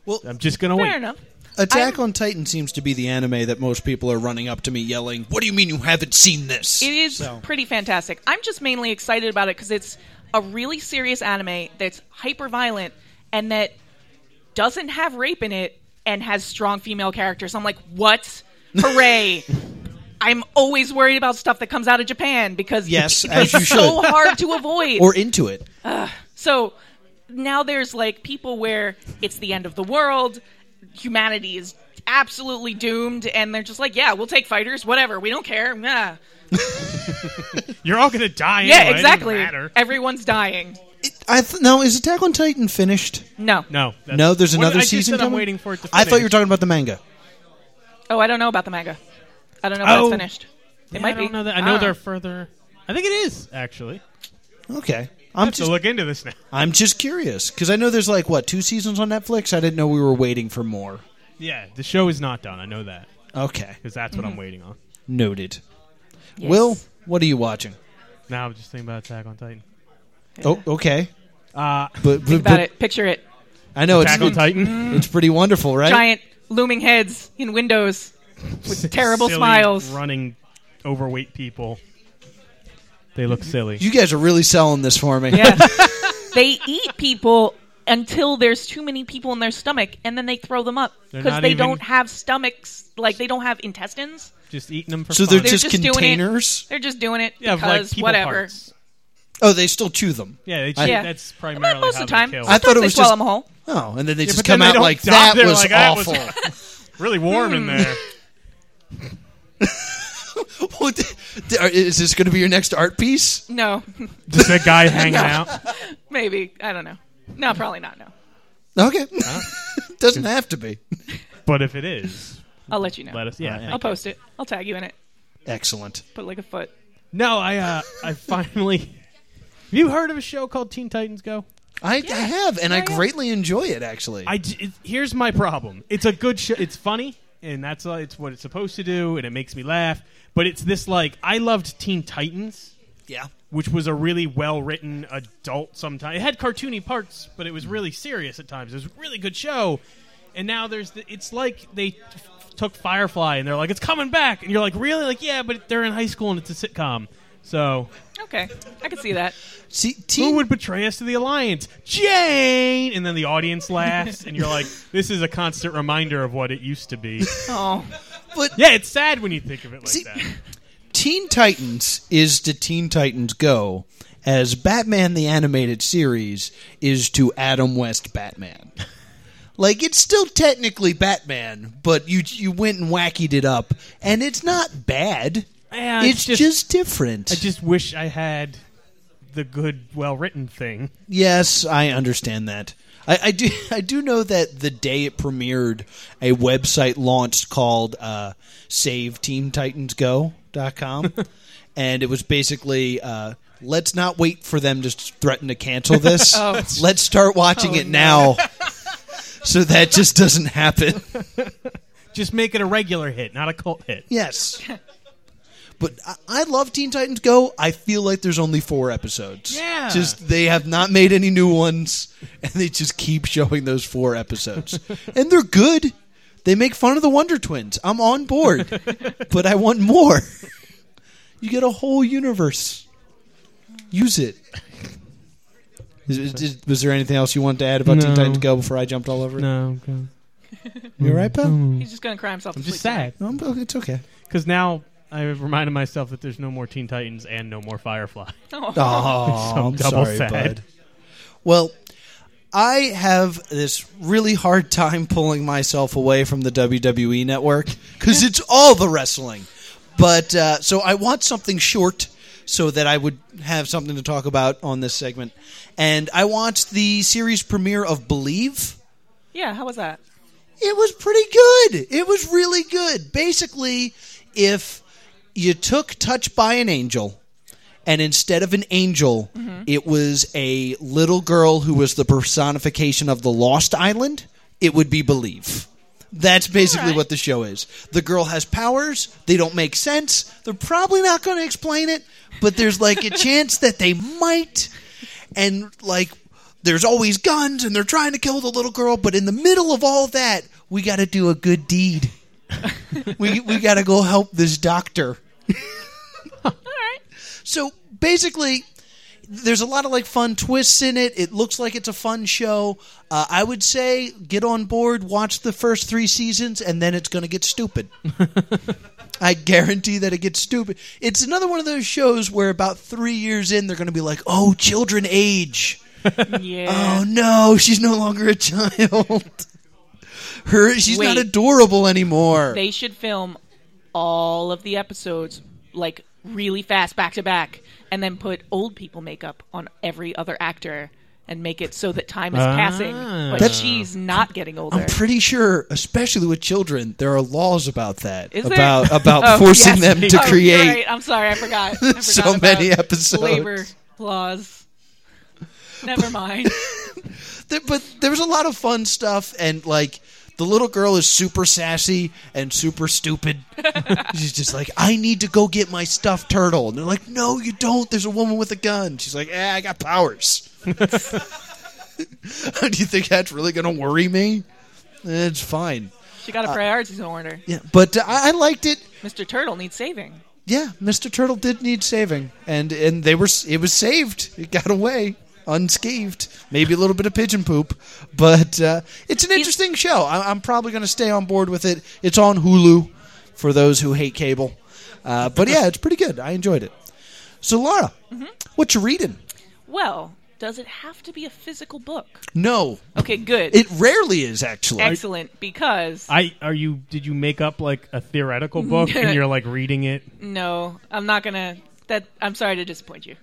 Speaker 1: Well-
Speaker 3: I'm just going to
Speaker 4: fair
Speaker 3: wait.
Speaker 4: enough.
Speaker 1: Attack
Speaker 4: I'm-
Speaker 1: on Titan seems to be the anime that most people are running up to me yelling, What do you mean you haven't seen this?
Speaker 4: It is pretty fantastic. I'm just mainly excited about it because it's a really serious anime that's hyper violent and that doesn't have rape in it and has strong female characters. I'm like, what? Hooray! I'm always worried about stuff that comes out of Japan because
Speaker 1: Yes,
Speaker 4: it's
Speaker 1: as you
Speaker 4: so
Speaker 1: should.
Speaker 4: hard to avoid.
Speaker 1: or into it.
Speaker 4: So now there's like people where it's the end of the world, humanity is absolutely doomed, and they're just like, yeah, we'll take fighters, whatever, we don't care. Nah.
Speaker 3: You're all going to die.
Speaker 4: Yeah,
Speaker 3: anyway. It doesn't
Speaker 4: exactly.
Speaker 3: matter.
Speaker 4: Everyone's dying.
Speaker 1: it I th- now, is Attack on Titan finished?
Speaker 4: No.
Speaker 3: No, that's-
Speaker 1: No, there's
Speaker 3: What did-
Speaker 1: another
Speaker 3: I just
Speaker 1: season
Speaker 3: said I'm
Speaker 1: coming?
Speaker 3: waiting for it to
Speaker 1: I thought you were
Speaker 3: finish.
Speaker 1: talking about the manga.
Speaker 4: Oh, I don't know about the manga. I don't know if that's
Speaker 3: Oh.
Speaker 4: finished. It
Speaker 3: Yeah,
Speaker 4: might
Speaker 3: I
Speaker 4: be. Ah.
Speaker 3: don't know that. I know
Speaker 4: don't
Speaker 3: they're further. I think it is actually.
Speaker 1: Okay. I'm
Speaker 3: To
Speaker 1: just
Speaker 3: look into this now.
Speaker 1: I'm just curious because I know there's like what two seasons on Netflix. I didn't know we were waiting for more.
Speaker 3: Yeah, the show is not done. I know that
Speaker 1: Okay,
Speaker 3: because that's what I'm
Speaker 4: Mm-hmm.
Speaker 3: waiting on.
Speaker 1: noted.
Speaker 4: Ah,
Speaker 1: Will, what are you watching?
Speaker 3: Now I'm just thinking about Attack on Titan.
Speaker 1: Oh, okay.
Speaker 3: Uh,
Speaker 1: But, but,
Speaker 4: About
Speaker 1: but-
Speaker 4: it. Picture it.
Speaker 1: I know it's
Speaker 3: Attack on Titan.
Speaker 1: it's pretty wonderful, right?
Speaker 4: Giant looming heads in windows with terrible
Speaker 3: Silly
Speaker 4: smiles.
Speaker 3: Running overweight people. They look silly.
Speaker 1: You guys are really selling this for me.
Speaker 4: Yeah. they eat people until there's too many people in their stomach, and then they throw them up
Speaker 3: They're
Speaker 4: because
Speaker 3: not
Speaker 4: they
Speaker 3: even-
Speaker 4: don't have stomachs. Like they don't have intestines.
Speaker 3: Just eating them for
Speaker 1: So they're
Speaker 3: fun.
Speaker 1: just,
Speaker 4: just doing it.
Speaker 1: containers.
Speaker 4: They're just doing it
Speaker 3: yeah, of, like
Speaker 4: because
Speaker 3: people
Speaker 4: whatever.
Speaker 3: parts.
Speaker 1: Oh, they still chew them.
Speaker 3: Yeah, they just,
Speaker 4: Yeah.
Speaker 3: that's
Speaker 4: But
Speaker 3: primarily
Speaker 4: most
Speaker 3: how
Speaker 4: of the
Speaker 3: they
Speaker 4: time.
Speaker 3: kill.
Speaker 1: I thought it
Speaker 4: they
Speaker 1: was
Speaker 4: swallow
Speaker 1: just-
Speaker 4: them whole.
Speaker 1: Oh, and then they just
Speaker 3: but
Speaker 1: come
Speaker 3: then they
Speaker 1: out
Speaker 3: don't
Speaker 1: like
Speaker 3: die.
Speaker 1: that
Speaker 3: They're
Speaker 1: was
Speaker 3: like, "That was
Speaker 1: awful.
Speaker 4: Hmm.
Speaker 3: really warm in there.
Speaker 1: Well, th- Th- are- Is this going to be your next art piece?
Speaker 4: No,
Speaker 3: Just a guy hanging out.
Speaker 4: maybe I don't know. No, probably not. No,
Speaker 1: Okay.
Speaker 3: Uh-huh.
Speaker 1: Doesn't have to be.
Speaker 3: But if it is,
Speaker 4: I'll let you know.
Speaker 3: let us. Yeah.
Speaker 4: I'll
Speaker 3: thank you.
Speaker 4: post it. I'll tag you in it.
Speaker 1: Excellent.
Speaker 4: Put like a foot.
Speaker 3: No, I uh, I finally. Have you heard of a show called Teen Titans Go?
Speaker 1: I, I have, and I
Speaker 4: Yeah, yeah.
Speaker 1: greatly enjoy it, actually.
Speaker 3: I j- it- here's my problem. It's a good show. It's funny, and that's uh, it's what it's supposed to do, and it makes me laugh. But it's this like I loved Teen Titans,
Speaker 1: yeah.
Speaker 3: which was a really well written adult. Sometimes it had cartoony parts, but it was really serious at times. It was a really good show. And now there's the, it's like they t- f- took Firefly and they're like it's coming back, and you're like really like yeah, but they're in high school and it's a sitcom. So
Speaker 4: Okay, I can see that.
Speaker 1: See,
Speaker 3: who
Speaker 1: teen,
Speaker 3: would betray us to the alliance? Jane, and then the audience laughs, and you're like, this is a constant reminder of what it used to be.
Speaker 4: Oh,
Speaker 3: Yeah, it's sad when you think of it like
Speaker 1: See-
Speaker 3: that.
Speaker 1: teen Titans is to Teen Titans Go as Batman the Animated Series is to Adam West Batman. Like it's still technically Batman, but you you went and wackied it up, and it's not bad.
Speaker 3: Yeah,
Speaker 1: it's
Speaker 3: it's
Speaker 1: just,
Speaker 3: just-
Speaker 1: different.
Speaker 3: I just wish I had the good, well-written thing.
Speaker 1: Yes, I understand that. I, I do. I do know that the day it premiered, a website launched called uh, SaveTeamTitansGo.com, and it was basically. Uh, Let's not wait for them to threaten to cancel this. Let's start watching it now, so that just doesn't happen.
Speaker 3: Just make it a regular hit, not a cult hit.
Speaker 1: Yes, but I, I love Teen Titans Go. I feel like there's only four episodes.
Speaker 3: Yeah.
Speaker 1: just they have not made any new ones, and they just keep showing those four episodes, and they're good. They make fun of the Wonder Twins. I'm on board, but I want more. You get a whole universe. Use it. Is, is- is- was there anything else you wanted to add about Teen
Speaker 3: No.
Speaker 1: Titans Go before I jumped all over it?
Speaker 3: No,
Speaker 1: You all right, pal?
Speaker 4: he's just gonna cry himself.
Speaker 3: I'm
Speaker 4: to
Speaker 3: just
Speaker 4: sleep tonight.
Speaker 3: sad
Speaker 1: No, I'm- oh, it's okay.
Speaker 3: because now I've reminded myself that there's no more Teen Titans and no more Firefly.
Speaker 1: Oh,
Speaker 3: So
Speaker 1: I'm
Speaker 3: double
Speaker 1: sorry,
Speaker 3: sad.
Speaker 1: bud. Well, I have this really hard time pulling myself away from the WWE network because it's all the wrestling. But uh, so I want something short so that I would have something to talk about on this segment. And I watched the series premiere of Believe.
Speaker 4: Yeah, how was that?
Speaker 1: It was pretty good. It was really good. Basically, if you took Touch by an Angel and instead of an angel, it was a little girl who was the personification of the Lost Island, it would be Believe. That's basically
Speaker 4: Alright.
Speaker 1: what the show is. The girl has powers, they don't make sense. They're probably not going to explain it, but there's like a chance that they might and like there's always guns and they're trying to kill the little girl but in the middle of all that we got to do a good deed we we got to go help this doctor
Speaker 4: All right.
Speaker 1: so basically there's a lot of like fun twists in it it looks like it's a fun show uh, i would say get on board watch the first three seasons and then it's going to get stupid I guarantee that it gets stupid. It's another one of those shows where about three years in, they're going to be like, oh, children age.
Speaker 4: Yeah.
Speaker 1: Oh no, she's no longer a child. Her she's not
Speaker 4: Wait.
Speaker 1: adorable anymore.
Speaker 4: They should film all of the episodes like really fast back to back and then put old people makeup on every other actor and make it so that time is passing but
Speaker 3: Ah.
Speaker 1: That's-
Speaker 4: she's not getting older.
Speaker 1: I'm pretty sure, especially with children, there are laws about that.
Speaker 4: Is there?
Speaker 1: about about
Speaker 4: Oh,
Speaker 1: forcing
Speaker 4: yes.
Speaker 1: them to
Speaker 4: Oh,
Speaker 1: create
Speaker 4: you're right. I'm sorry, I forgot. I forgot
Speaker 1: So
Speaker 4: about
Speaker 1: many episodes.
Speaker 4: Labor laws. Never mind.
Speaker 1: there, but there was a lot of fun stuff and like the little girl is super sassy and super stupid. She's just like, I need to go get my stuffed turtle. And they're like, No, you don't. There's a woman with a gun. She's like, Eh, I got powers. Do you think that's really going to worry me? It's fine.
Speaker 4: She
Speaker 1: Uh,
Speaker 4: got a priorities in order.
Speaker 1: Yeah, but uh, I, I liked it.
Speaker 4: Mr. Turtle needs saving.
Speaker 1: Yeah, Mr. Turtle did need saving, and and they were s- it was saved. It got away unscathed. Maybe a little bit of pigeon poop, but uh, it's an interesting show. I, I'm probably going to stay on board with it. It's on Hulu for those who hate cable,
Speaker 4: Mm-hmm.
Speaker 1: uh, but yeah, it's pretty good. I enjoyed it. So Laura, what you reading?
Speaker 4: Well, Does it have to be a physical book?
Speaker 1: No,
Speaker 4: Okay, good.
Speaker 1: it rarely is actually.
Speaker 4: Excellent, because
Speaker 3: I are you? Did you make up like a theoretical book and you're like reading it?
Speaker 4: no, I'm not gonna. That I'm sorry to disappoint you.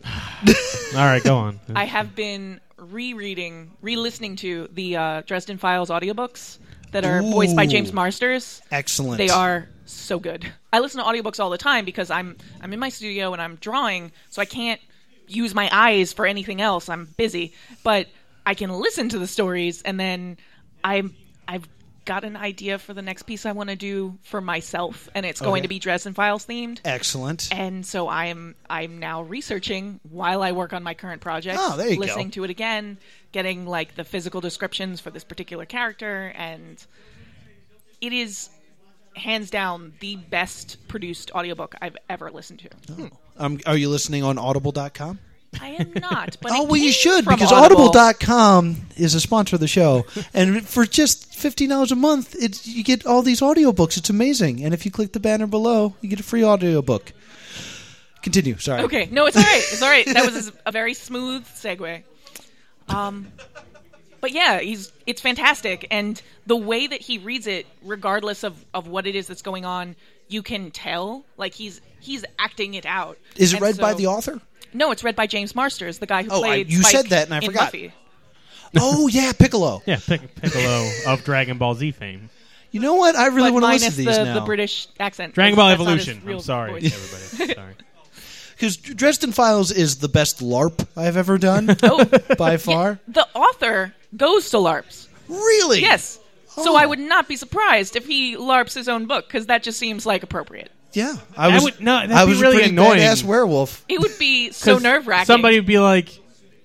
Speaker 3: All right, go on.
Speaker 4: I have been rereading, re-listening to the uh, Dresden Files audiobooks that are voiced by
Speaker 1: Ooh.
Speaker 4: James Marsters.
Speaker 1: Excellent.
Speaker 4: They are so good. I listen to audiobooks all the time because I'm I'm in my studio and I'm drawing, so I can't use my eyes for anything else. I'm busy, but I can listen to the stories and then I'm I've got an idea for the next piece I want to do for myself and it's going
Speaker 1: Okay.
Speaker 4: to be Dresden Files themed.
Speaker 1: excellent.
Speaker 4: And so I'm I'm now researching while I work on my current project.
Speaker 1: Oh, there you go.
Speaker 4: listening to it again, getting like the physical descriptions for this particular character, and it is hands down the best produced audiobook I've ever listened to.
Speaker 1: Um, are you listening on audible.com?
Speaker 4: I am not, but
Speaker 1: Oh,
Speaker 4: it
Speaker 1: well, you
Speaker 4: came
Speaker 1: should
Speaker 4: from
Speaker 1: because
Speaker 4: Audible.
Speaker 1: audible.com is a sponsor of the show. and for just $15 a month, it's, you get all these audiobooks. It's amazing. And if you click the banner below, you get a free audiobook. Continue. Sorry.
Speaker 4: Okay, no, it's all right. It's all right. That was a very smooth segue. Um, but yeah, he's it's fantastic, and the way that he reads it, regardless of of what it is that's going on, you can tell like he's he's acting it out.
Speaker 1: Is it
Speaker 4: And
Speaker 1: read by
Speaker 4: so-
Speaker 1: the author?
Speaker 4: No, it's read by James Marsters, the guy who
Speaker 1: Oh, I-
Speaker 4: played.
Speaker 1: you
Speaker 4: Spike
Speaker 1: said that and I
Speaker 4: in
Speaker 1: forgot.
Speaker 4: Buffy.
Speaker 1: oh, yeah, Piccolo.
Speaker 3: yeah, Pic- Piccolo of Dragon Ball Z fame.
Speaker 1: You know what? I really
Speaker 4: But
Speaker 1: want to listen
Speaker 4: minus
Speaker 1: to these
Speaker 4: the,
Speaker 1: now.
Speaker 4: the British accent.
Speaker 3: Dragon Ball
Speaker 4: That's not his
Speaker 3: Evolution.
Speaker 4: real
Speaker 3: I'm sorry,
Speaker 4: voice.
Speaker 3: everybody. Sorry.
Speaker 1: Because Dresden Files is the best LARP I've ever done
Speaker 4: Oh,
Speaker 1: by far.
Speaker 4: the author goes to LARPs.
Speaker 1: Really?
Speaker 4: Yes.
Speaker 1: Oh.
Speaker 4: So I would not be surprised if he LARPs his own book because that just seems like appropriate.
Speaker 1: Yeah. I
Speaker 3: That
Speaker 1: was,
Speaker 3: would- no, that'd
Speaker 1: I
Speaker 3: be
Speaker 1: was a
Speaker 3: really
Speaker 1: pretty
Speaker 3: annoying.
Speaker 1: badass werewolf.
Speaker 4: It would be so
Speaker 3: 'Cause
Speaker 4: nerve wracking.
Speaker 3: Somebody would be like,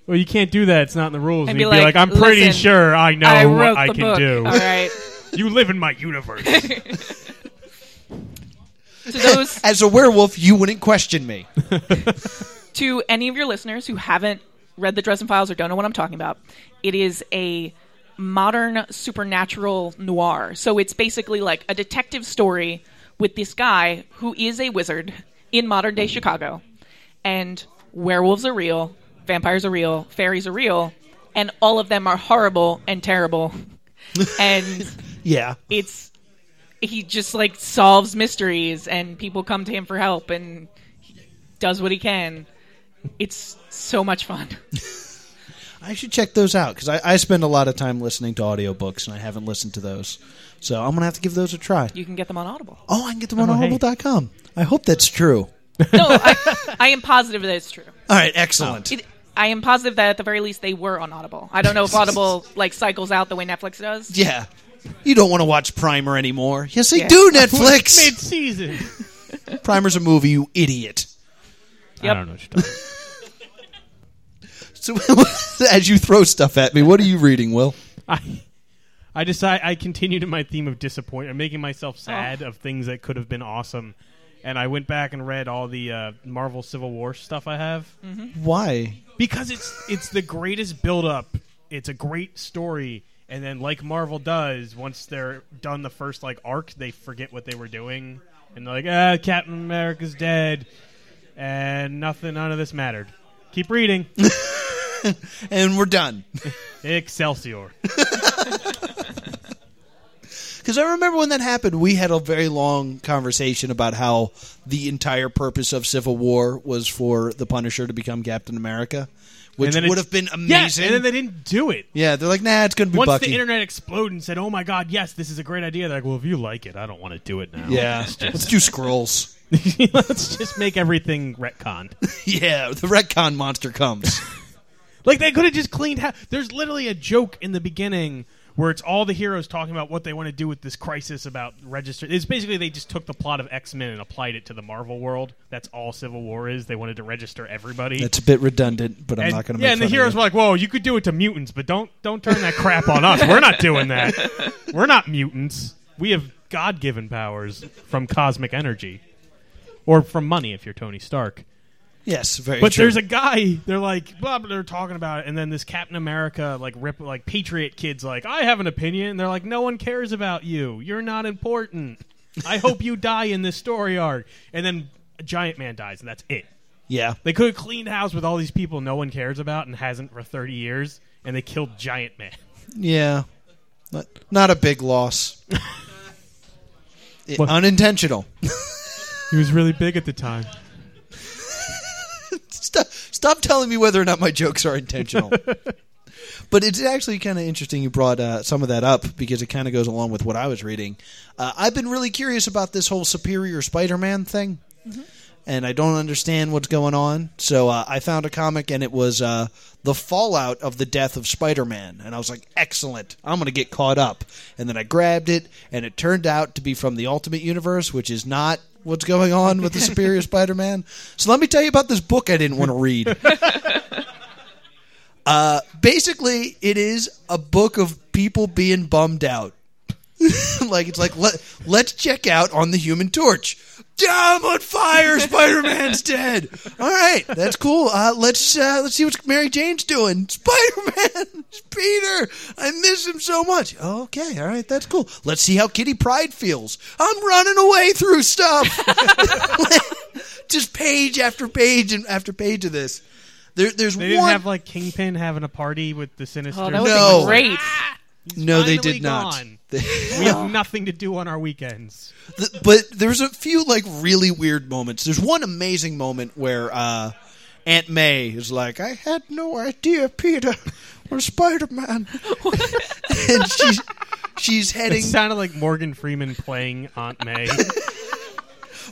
Speaker 3: "Well, you can't do that. It's not in the rules." And,
Speaker 4: And
Speaker 3: you'd
Speaker 4: be
Speaker 3: be like,
Speaker 4: like,
Speaker 3: "I'm pretty
Speaker 4: "Listen,
Speaker 3: sure I know
Speaker 4: I
Speaker 3: what
Speaker 4: wrote
Speaker 3: I
Speaker 4: the
Speaker 3: can
Speaker 4: book.
Speaker 3: do.
Speaker 4: All right.
Speaker 3: You live in my universe."
Speaker 4: to those,
Speaker 1: As a werewolf, you wouldn't question me.
Speaker 4: to any of your listeners who haven't read the Dresden Files or don't know what I'm talking about, it is a modern supernatural noir. So it's basically like a detective story with this guy who is a wizard in modern day Chicago, and werewolves are real, vampires are real, fairies are real, and all of them are horrible and terrible. And
Speaker 1: Yeah.
Speaker 4: it's he just like solves mysteries and people come to him for help and he does what he can. It's so much fun.
Speaker 1: I should check those out because I, I spend a lot of time listening to audiobooks and I haven't listened to those. So I'm going to have to give those a try.
Speaker 4: You can get them on Audible.
Speaker 1: Oh, I can get them on
Speaker 3: Oh, hey.
Speaker 1: audible.com. I hope that's true.
Speaker 4: No, I, I am positive that it's true.
Speaker 1: All right, excellent.
Speaker 4: It, I am positive that at the very least they were on Audible. I don't know if Audible like cycles out the way Netflix does.
Speaker 1: yeah. You don't want to watch Primer anymore. Yes, I
Speaker 4: Yeah.
Speaker 1: do, Netflix.
Speaker 3: Mid-season.
Speaker 1: Primer's a movie, you idiot.
Speaker 3: I don't know. What you're talking about.
Speaker 1: So as you throw stuff at me, what are you reading, Will?
Speaker 3: I, I decide I continued in my theme of disappointment, making myself
Speaker 4: Oh.
Speaker 3: sad of things that could have been awesome, and I went back and read all the uh, Marvel Civil War stuff I have.
Speaker 1: Why?
Speaker 3: because it's it's the greatest build up. It's a great story, and then like Marvel does, once they're done the first like arc, they forget what they were doing, and they're like, ah, Captain America's dead, and nothing, none of this mattered. Keep reading,
Speaker 1: And we're done.
Speaker 3: Excelsior.
Speaker 1: Because I remember when that happened, we had a very long conversation about how the entire purpose of Civil War was for the Punisher to become Captain America, which
Speaker 3: And then it-
Speaker 1: would have been
Speaker 3: Yes,
Speaker 1: amazing.
Speaker 3: and then they didn't do it.
Speaker 1: yeah, they're like, nah, it's going to be
Speaker 3: Once
Speaker 1: Bucky.
Speaker 3: the internet exploded and said, "Oh my God, yes, this is a great idea," they're like, "Well, if you like it, I don't want to do it now.
Speaker 1: yeah, let's do scrolls.
Speaker 3: Let's just make everything retconned."
Speaker 1: yeah, the retcon monster comes.
Speaker 3: Like they could have just cleaned house. There's literally a joke in the beginning where it's all the heroes talking about what they want to do with this crisis about register. It's basically they just took the plot of X Men and applied it to the Marvel world. That's all Civil War is. They wanted to register everybody.
Speaker 1: That's a bit redundant, but I'm
Speaker 3: and,
Speaker 1: not going to.
Speaker 3: yeah, and the heroes were like, "Whoa, you could do it to mutants, but don't don't turn that crap on us. We're not doing that. We're not mutants. We have God given powers from cosmic energy, or from money if you're Tony Stark."
Speaker 1: yes, very.
Speaker 3: But
Speaker 1: true.
Speaker 3: there's a guy. They're like, blah, blah, they're talking about it, and then this Captain America, like, rip, like Patriot kid's like, I have an opinion. And they're like, no one cares about you. You're not important. I hope you die in this story arc. And then Giant Man dies, and that's it.
Speaker 1: Yeah.
Speaker 3: They could have cleaned house with all these people no one cares about and hasn't for 30 years, and they killed Giant Man.
Speaker 1: Yeah. Not, not a big loss. It-
Speaker 3: What?
Speaker 1: unintentional.
Speaker 3: He was really big at the time.
Speaker 1: stop, stop telling me whether or not my jokes are intentional. but it's actually kind of interesting you brought uh, some of that up because it kind of goes along with what I was reading. Uh, I've been really curious about this whole Superior Spider Man thing. And I don't understand what's going on. So uh, I found a comic, and it was uh, the fallout of the death of Spider Man. And I was like, excellent. I'm going to get caught up. And then I grabbed it, and it turned out to be from the Ultimate Universe, which is not what's going on with the Superior Spider Man. So let me tell you about this book I didn't want to read. basically it is a book of people being bummed out like it's like let, let's check out on the human torch Yeah, I'm on fire spider-man's dead all right that's cool uh, let's uh, let's see what mary jane's doing spider-man peter i miss him so much okay all right that's cool let's see how kitty pride feels i'm running away through stuff just page after page and after page of this there, there's
Speaker 3: They didn't
Speaker 1: one
Speaker 3: have, like, Kingpin having a party with the Sinister.
Speaker 4: Oh, that would
Speaker 1: No.
Speaker 4: be great.
Speaker 1: no they
Speaker 3: finally
Speaker 1: did not
Speaker 3: gone.
Speaker 1: They-
Speaker 3: We have nothing to do on our weekends.
Speaker 1: Th- but there's a few like really weird moments. There's one amazing moment where uh, Aunt May is like, "I had no idea Peter was Spider Man," and she's she's
Speaker 3: It
Speaker 1: heading.
Speaker 3: sounded like Morgan Freeman playing Aunt May.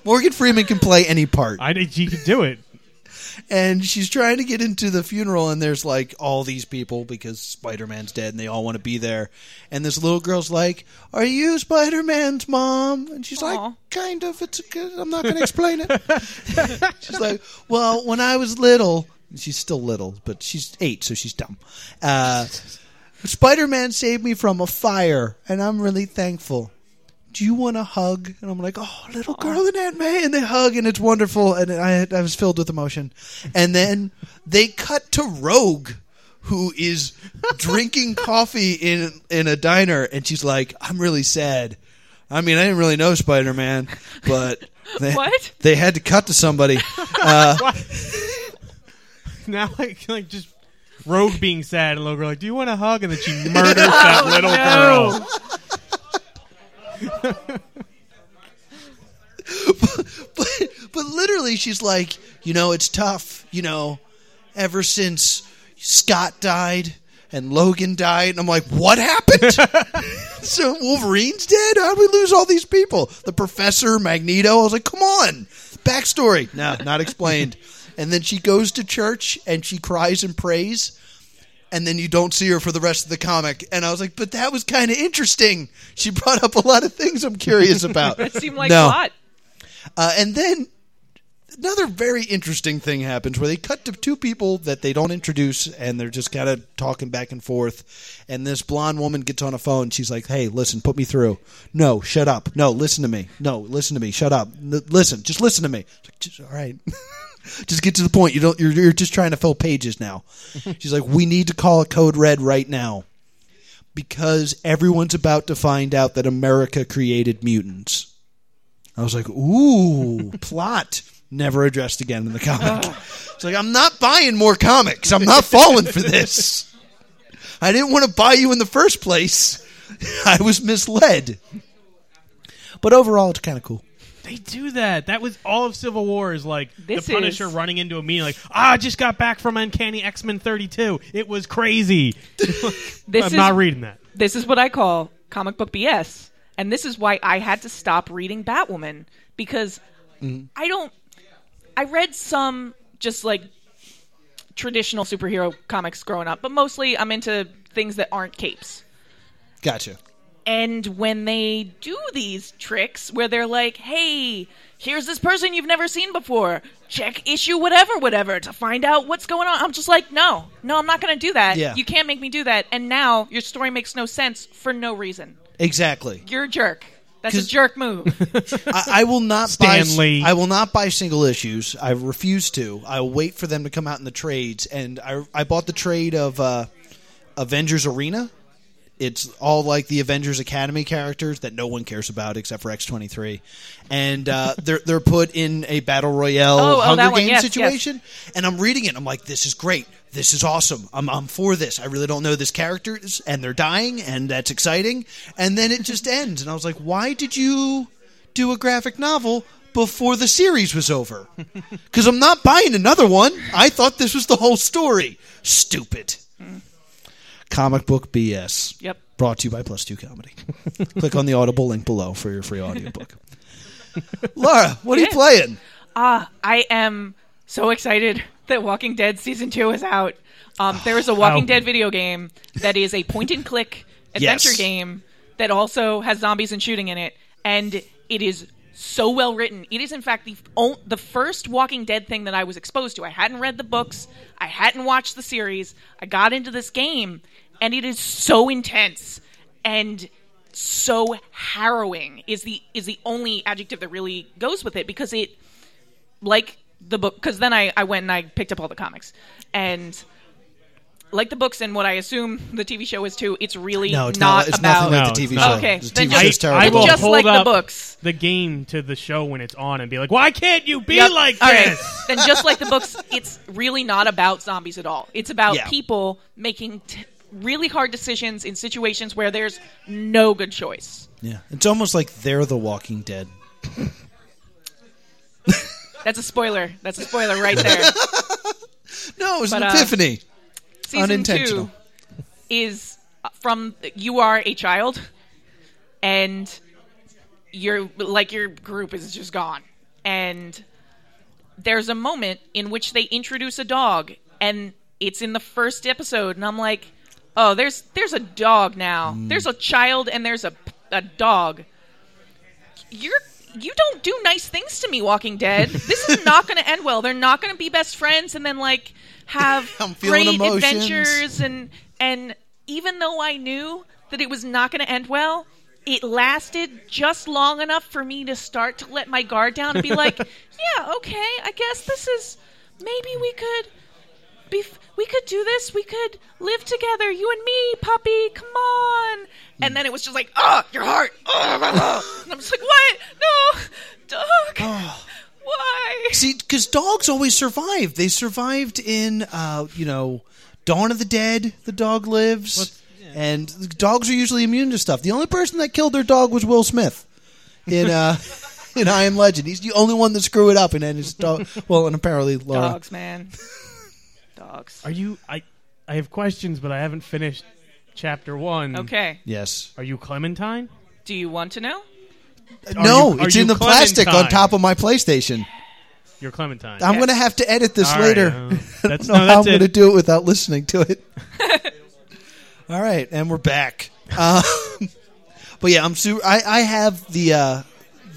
Speaker 1: Morgan Freeman can play any part,
Speaker 3: I did. You could do it.
Speaker 1: and she's trying to get into the funeral, and there's like all these people because Spider Man's dead, and they all want to be there. And this little girl's like, "Are you Spider Man's mom?" And she's
Speaker 4: Aw.
Speaker 1: like, "Kind of. It's good. I'm not going to explain it." She's like, well, when I was little, she's still little, but she's eight, so she's dumb. Uh, Spider Man saved me from a fire, and I'm really thankful. Do you want a hug? And I'm like, oh, little girl and Aunt May, and they hug, and it's wonderful, and I, I was filled with emotion. And then they cut to Rogue, who is drinking coffee in in a diner, and she's like, I'm really sad. I mean, I didn't really know Spider Man, but they,
Speaker 4: What?
Speaker 1: they had to cut to somebody.
Speaker 3: Now, like, like just Rogue being sad and little girl like, "Do you want a hug?" And then she murders that
Speaker 4: Oh,
Speaker 3: little girl.
Speaker 1: but but literally she's like you know it's tough you know ever since scott died and logan died and i'm like what happened so wolverine's dead how'd we lose all these people the professor magneto i was like come on backstory no not explained and then she goes to church and she cries and prays and then you don't see her for the rest of the comic and i was like but that was kind of interesting she brought up a lot of things i'm curious about
Speaker 4: That seemed like
Speaker 1: No.
Speaker 4: a lot.
Speaker 1: uh, and then another very interesting thing happens where they cut to two people that they don't introduce and they're just kind of talking back and forth. And this blonde woman gets on a phone. She's like, hey, listen, put me through. No, shut up. No, listen to me. No, listen to me. Shut up. N- listen, just listen to me. It's like, "Just- all right. just get to the point. You don't. You're, you're just trying to fill pages now. She's like, we need to call a code red right now because everyone's about to find out that America created mutants. I was like, ooh, plot. Never addressed again in the comic. it's like, I'm not buying more comics. I'm not falling for this. I didn't want to buy you in the first place. I was misled. But overall, it's kind of cool.
Speaker 3: They do that. That was all of Civil War is like
Speaker 4: This
Speaker 3: the Punisher
Speaker 4: is-
Speaker 3: running into a meeting like, "Ah, I just got back from Uncanny X Men 32. It was crazy."
Speaker 4: This
Speaker 3: I'm
Speaker 4: is
Speaker 3: not reading that.
Speaker 4: this is what I call comic book BS. And this is why I had to stop reading Batwoman because I don't. I read some just like traditional superhero comics growing up, but mostly I'm into things that aren't capes.
Speaker 1: Gotcha.
Speaker 4: And when they do these tricks where they're like, hey, here's this person you've never seen before. Check issue whatever, whatever to find out what's going on. I'm just like, no, no, I'm not going to do that.
Speaker 1: Yeah.
Speaker 4: You can't make me do that. And now your story makes no sense for no reason.
Speaker 1: Exactly.
Speaker 4: You're a jerk. That's a
Speaker 1: 'Cause-
Speaker 4: jerk move.
Speaker 1: I, I will not buy.
Speaker 3: Stanley.
Speaker 1: I will not buy single issues. I refuse to. I will wait for them to come out in the trades. And I I bought the trade of uh, Avengers Arena, It's all like the Avengers Academy characters that no one cares about except for X twenty three, and uh, they're they're put in a battle royale
Speaker 4: Oh, oh,
Speaker 1: Hunger
Speaker 4: that one.
Speaker 1: Games
Speaker 4: Yes, yes.
Speaker 1: situation. And I'm reading it. I'm like, this is great. This is awesome. I'm I'm for this. I really don't know this characters, and they're dying, and that's exciting. And then it just ends, and I was like, why did you do a graphic novel? Before the series was over, because I'm not buying another one. I thought this was the whole story. Stupid
Speaker 4: Hmm.
Speaker 1: comic book BS.
Speaker 4: Yep.
Speaker 1: Brought to you by Plus Two Comedy. Click on the Audible link below for your free audiobook. Laura, what are you
Speaker 4: Yeah.
Speaker 1: playing?
Speaker 4: Ah, I am so excited that Walking Dead season two is out. Um, there is a Walking
Speaker 3: Wow.
Speaker 4: Dead video game that is a point and click
Speaker 1: Yes.
Speaker 4: adventure game that also has zombies and shooting in it, and it is so well written. It is in fact the o- the first Walking Dead thing that I was exposed to. I hadn't read the books, I hadn't watched the series. I got into this game, and it is so intense and so harrowing is the is the only adjective that really goes with it because it like the book because then I, I went and i picked up all the comics and like the books and what i assume the tv show is too it's really
Speaker 1: No, it's
Speaker 4: not,
Speaker 1: not. It's
Speaker 4: about Oh,
Speaker 1: nothing like
Speaker 3: No,
Speaker 1: the TV
Speaker 3: it's
Speaker 1: show.
Speaker 3: not.
Speaker 4: Okay,
Speaker 1: the
Speaker 4: then
Speaker 1: TV
Speaker 4: just-
Speaker 1: show's terrible.
Speaker 3: I will
Speaker 4: Just
Speaker 3: hold
Speaker 4: like the
Speaker 3: up
Speaker 4: books.
Speaker 3: the game to the show when it's on and be like, why can't you be
Speaker 4: Yep.
Speaker 3: like
Speaker 4: All right.
Speaker 3: this?
Speaker 4: then just like the books, it's really not about zombies at all. It's about
Speaker 1: Yeah.
Speaker 4: people making t- really hard decisions in situations where there's no good choice.
Speaker 1: yeah, it's almost like they're The Walking Dead.
Speaker 4: That's a spoiler. That's a spoiler right there.
Speaker 1: No, it's an
Speaker 4: But, uh,
Speaker 1: epiphany.
Speaker 4: season
Speaker 1: Unintentional.
Speaker 4: two is from you are a child and your like your group is just gone and there's a moment in which they introduce a dog and it's in the first episode and i'm like oh there's there's a dog now there's a child and there's a, a dog you're you don't do nice things to me walking dead this is not going to end well they're not going to be best friends and then like have
Speaker 1: I'm feeling
Speaker 4: great
Speaker 1: emotions.
Speaker 4: adventures and and even though i knew that it was not going to end well it lasted just long enough for me to start to let my guard down and be like yeah okay i guess this is maybe we could be we could do this we could live together you and me puppy come on and then it was just like oh your heart oh, blah, blah." and i'm just like what no dog
Speaker 1: Oh.
Speaker 4: why
Speaker 1: See, because dogs always survive. They survived in, uh, you know, Dawn of the Dead. The dog lives, and dogs are usually immune to stuff. The only person that killed their dog was Will Smith in uh, in I Am Legend. He's the only one that screwed it up and then his dog. Well, and apparently Laura.
Speaker 4: dogs man dogs
Speaker 3: Are you? I I have questions, but I haven't finished chapter one.
Speaker 4: okay
Speaker 1: Yes.
Speaker 3: Are you Clementine?
Speaker 4: do you want to know
Speaker 3: Are
Speaker 1: no,
Speaker 3: you- are
Speaker 1: it's
Speaker 3: you
Speaker 1: in the plastic on
Speaker 3: Clementine?
Speaker 1: top of my PlayStation.
Speaker 3: You're Clementine.
Speaker 1: I'm
Speaker 4: Yes.
Speaker 1: going to have to edit this
Speaker 3: All right,
Speaker 1: later.
Speaker 3: uh,
Speaker 1: I
Speaker 3: that's-
Speaker 1: don't know
Speaker 3: no,
Speaker 1: how I'm
Speaker 3: that's it.
Speaker 1: going to do it without listening to it. All right, and we're back. Uh, but yeah, I'm super. I, I have the uh,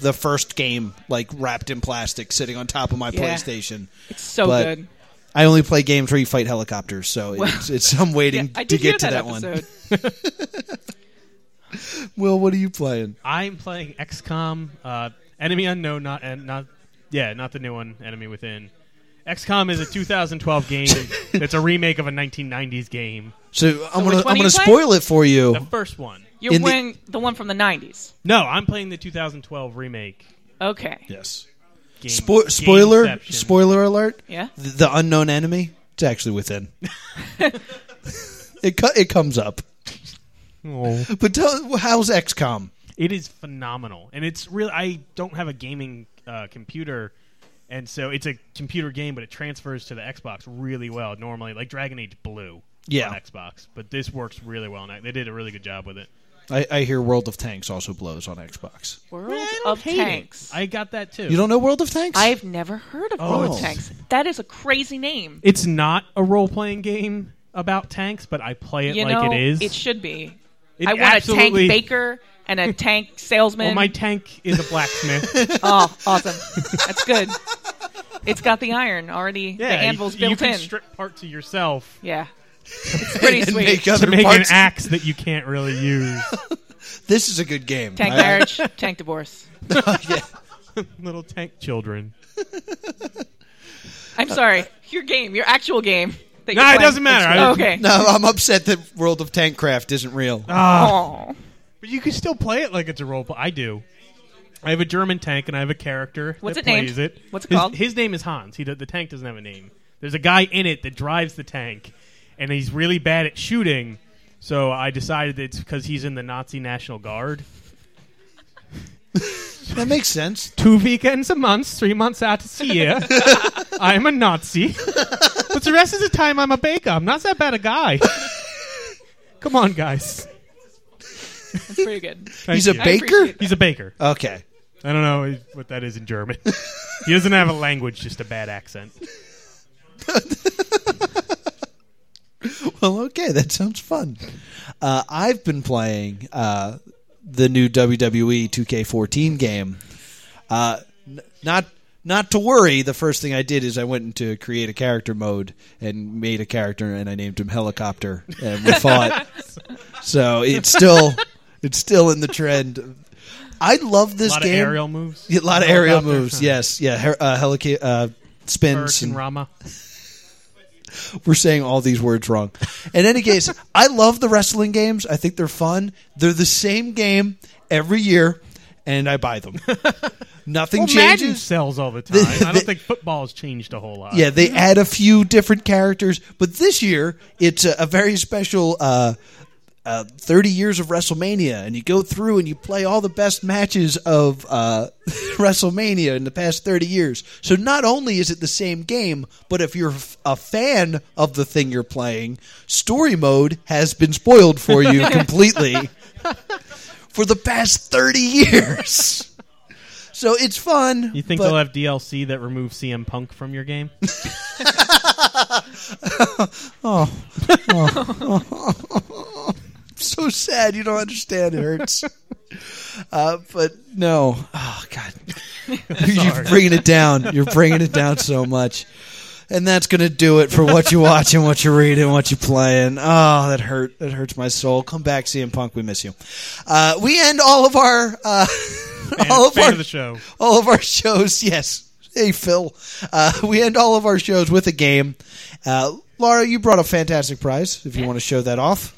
Speaker 1: the first game like wrapped in plastic, sitting on top of my
Speaker 4: Yeah.
Speaker 1: PlayStation.
Speaker 4: it's so
Speaker 1: But-
Speaker 4: good
Speaker 1: I only play games where you fight helicopters, so it's, it's I'm
Speaker 4: yeah,
Speaker 1: waiting
Speaker 4: i
Speaker 1: to
Speaker 4: did hear
Speaker 1: get to
Speaker 4: that,
Speaker 1: that
Speaker 4: episode
Speaker 1: one. Will, what are you playing?
Speaker 3: I'm playing XCOM, uh, Enemy Unknown, not and not yeah, not the new one, Enemy Within. XCOM is a 2012 game. it's a remake of a 1990s game.
Speaker 1: So, I'm gonna I'm
Speaker 4: which one are you
Speaker 1: gonna
Speaker 4: playing?
Speaker 1: spoil it for you.
Speaker 3: The first one.
Speaker 4: you're
Speaker 1: In the-
Speaker 4: wearing the one from the 90s
Speaker 3: No, I'm playing the 2012 remake.
Speaker 4: okay
Speaker 1: yes.
Speaker 3: Game,
Speaker 1: Spo- spoiler
Speaker 3: Gameception.
Speaker 1: spoiler alert.
Speaker 4: yeah
Speaker 1: the, the unknown enemy. It's actually within. it co- it comes up.
Speaker 3: Oh.
Speaker 1: But tell, how's XCOM?
Speaker 3: It is phenomenal, and it's real. I don't have a gaming uh, computer, and so it's a computer game, but it transfers to the Xbox really well. Normally, like Dragon Age Blue,
Speaker 1: Yeah.
Speaker 3: on Xbox, but this works really well. And I- they did a really good job with it.
Speaker 1: I, I hear World of Tanks also blows on Xbox.
Speaker 4: world of tanks
Speaker 3: I got that too.
Speaker 1: You don't know World of Tanks?
Speaker 4: I've never heard of
Speaker 1: Oh.
Speaker 4: World of Tanks. That is a crazy name.
Speaker 3: it's not a role playing game about tanks, but I play it
Speaker 4: you
Speaker 3: like
Speaker 4: know,
Speaker 3: it is.
Speaker 4: should be.
Speaker 3: It
Speaker 4: I want
Speaker 3: absolutely-
Speaker 4: a tank baker and a tank salesman.
Speaker 3: well, Oh, my tank is a blacksmith.
Speaker 4: oh, awesome! That's good. It's got the iron already.
Speaker 3: yeah,
Speaker 4: the anvil's
Speaker 3: you,
Speaker 4: built
Speaker 3: you can
Speaker 4: in.
Speaker 3: strip parts of yourself
Speaker 4: yeah, it's pretty
Speaker 1: and
Speaker 4: sweet.
Speaker 1: make
Speaker 3: to
Speaker 1: other
Speaker 3: make
Speaker 1: parts.
Speaker 3: an axe that you can't really use.
Speaker 1: This is a good game.
Speaker 4: tank
Speaker 1: I-
Speaker 4: marriage, tank divorce.
Speaker 3: Little tank children.
Speaker 4: I'm sorry, your game, your actual game. that
Speaker 3: Nah,
Speaker 4: you're
Speaker 3: it
Speaker 4: playing?
Speaker 3: doesn't matter.
Speaker 4: Oh,
Speaker 3: I-
Speaker 4: okay.
Speaker 1: No, I'm upset that World of Tankcraft isn't real.
Speaker 3: Ah.
Speaker 4: Aw.
Speaker 3: But you can still play it like it's a role play. I do. I have a German tank and I have a character
Speaker 4: What's
Speaker 3: that
Speaker 4: it named?
Speaker 3: plays it.
Speaker 4: What's it
Speaker 3: his,
Speaker 4: called?
Speaker 3: His name is Hans. He do, the tank doesn't have a name. There's a guy in it that drives the tank, and he's really bad at shooting. So I decided it's because he's in the Nazi National Guard.
Speaker 1: that makes sense.
Speaker 3: Two weekends a month, three months out of the year, I'm a Nazi. But the rest of the time, I'm a baker. I'm not that bad a guy. Come on, guys.
Speaker 4: That's pretty good.
Speaker 3: Thank
Speaker 1: He's a
Speaker 3: you.
Speaker 4: I appreciate
Speaker 1: baker.
Speaker 4: that.
Speaker 3: He's a baker.
Speaker 1: Okay.
Speaker 3: I don't know what that is in German. he doesn't have a language, just a bad accent.
Speaker 1: Well, okay, that sounds fun. Uh, I've been playing uh, the new E WWE 2K14 game. Uh, n- not not to worry. The first thing I did is I went into create a character mode and made a character, and I named him Helicopter, and we fought. so it's still it's still in the trend. I love
Speaker 3: A
Speaker 1: this
Speaker 3: lot
Speaker 1: game.
Speaker 3: of aerial moves.
Speaker 1: Yeah, a lot of aerial
Speaker 3: Helicopter.
Speaker 1: moves. Yes, yeah, her- uh, helica- uh, spins
Speaker 3: Hurricane
Speaker 1: and-
Speaker 3: Rama.
Speaker 1: we're saying all these words wrong. In any case, I love the wrestling games. I think they're fun. They're the same game every year, and I buy them. Nothing
Speaker 3: Well, Madden
Speaker 1: changes.
Speaker 3: sells all the time. I
Speaker 1: the-
Speaker 3: don't think football's changed a whole lot.
Speaker 1: Yeah, they add a few different characters, but this year it's a, a very special uh, uh, 30 years of WrestleMania, and you go through and you play all the best matches of uh, WrestleMania in the past 30 years. So not only is it the same game, but if you're f- a fan of the thing you're playing, story mode has been spoiled for you completely for the past 30 years. So it's fun.
Speaker 3: You think
Speaker 1: but-
Speaker 3: they'll have DLC that removes CM Punk from your game?
Speaker 1: so sad. You don't understand. It hurts. Uh, but no, oh god, you're bringing it down. You're bringing it down so much, and that's gonna do it for what you watch and what you read and what you playing. Oh, that hurt. That hurts my soul. Come back, CM Punk. We miss you. Uh, we end all of our uh, all of
Speaker 3: fan
Speaker 1: our
Speaker 3: of the show.
Speaker 1: all of our shows. Yes. Hey, Phil. Uh, we end all of our shows with a game. Uh, Laura, you brought a fantastic prize if you want to show that off.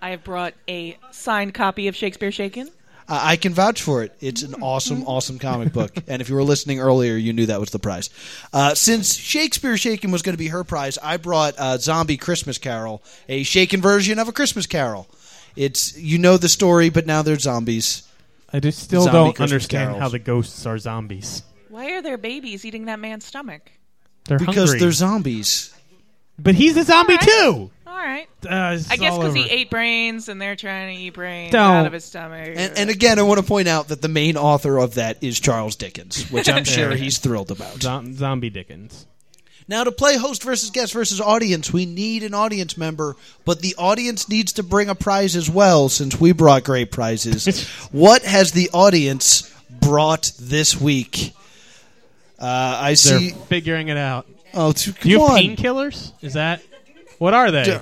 Speaker 4: I have brought a signed copy of Shakespeare Shaken.
Speaker 1: Uh, I can vouch for it. It's an awesome, awesome comic book. And if you were listening earlier, you knew that was the prize. Uh, since Shakespeare Shaken was going to be her prize, I brought uh, Zombie Christmas Carol, a shaken version of a Christmas Carol. It's you know the story, but now they're zombies.
Speaker 3: I just still
Speaker 1: Zombie
Speaker 3: don't
Speaker 1: Christmas
Speaker 3: understand
Speaker 1: carols.
Speaker 3: how the ghosts are zombies.
Speaker 4: Why are there babies eating that man's stomach?
Speaker 3: They're
Speaker 1: Because
Speaker 3: hungry.
Speaker 1: they're zombies.
Speaker 3: but he's a zombie
Speaker 4: All right.
Speaker 3: too.
Speaker 4: All right.
Speaker 3: Uh, it's
Speaker 4: I guess
Speaker 3: all
Speaker 4: because he
Speaker 3: over.
Speaker 4: ate brains and they're trying to eat brains
Speaker 3: Don't.
Speaker 4: out of his stomach.
Speaker 1: And, and again, I want to point out that the main author of that is Charles Dickens, which I'm sure he's thrilled about.
Speaker 3: Zom- zombie Dickens.
Speaker 1: Now, to play host versus guest versus audience, we need an audience member, but the audience needs to bring a prize as well, since we brought great prizes. what has the audience brought this week? Uh, I
Speaker 3: They're
Speaker 1: see.
Speaker 3: figuring it out.
Speaker 1: Oh, t-
Speaker 3: Do you
Speaker 1: come
Speaker 3: have
Speaker 1: on.
Speaker 3: painkillers? Is that what are they?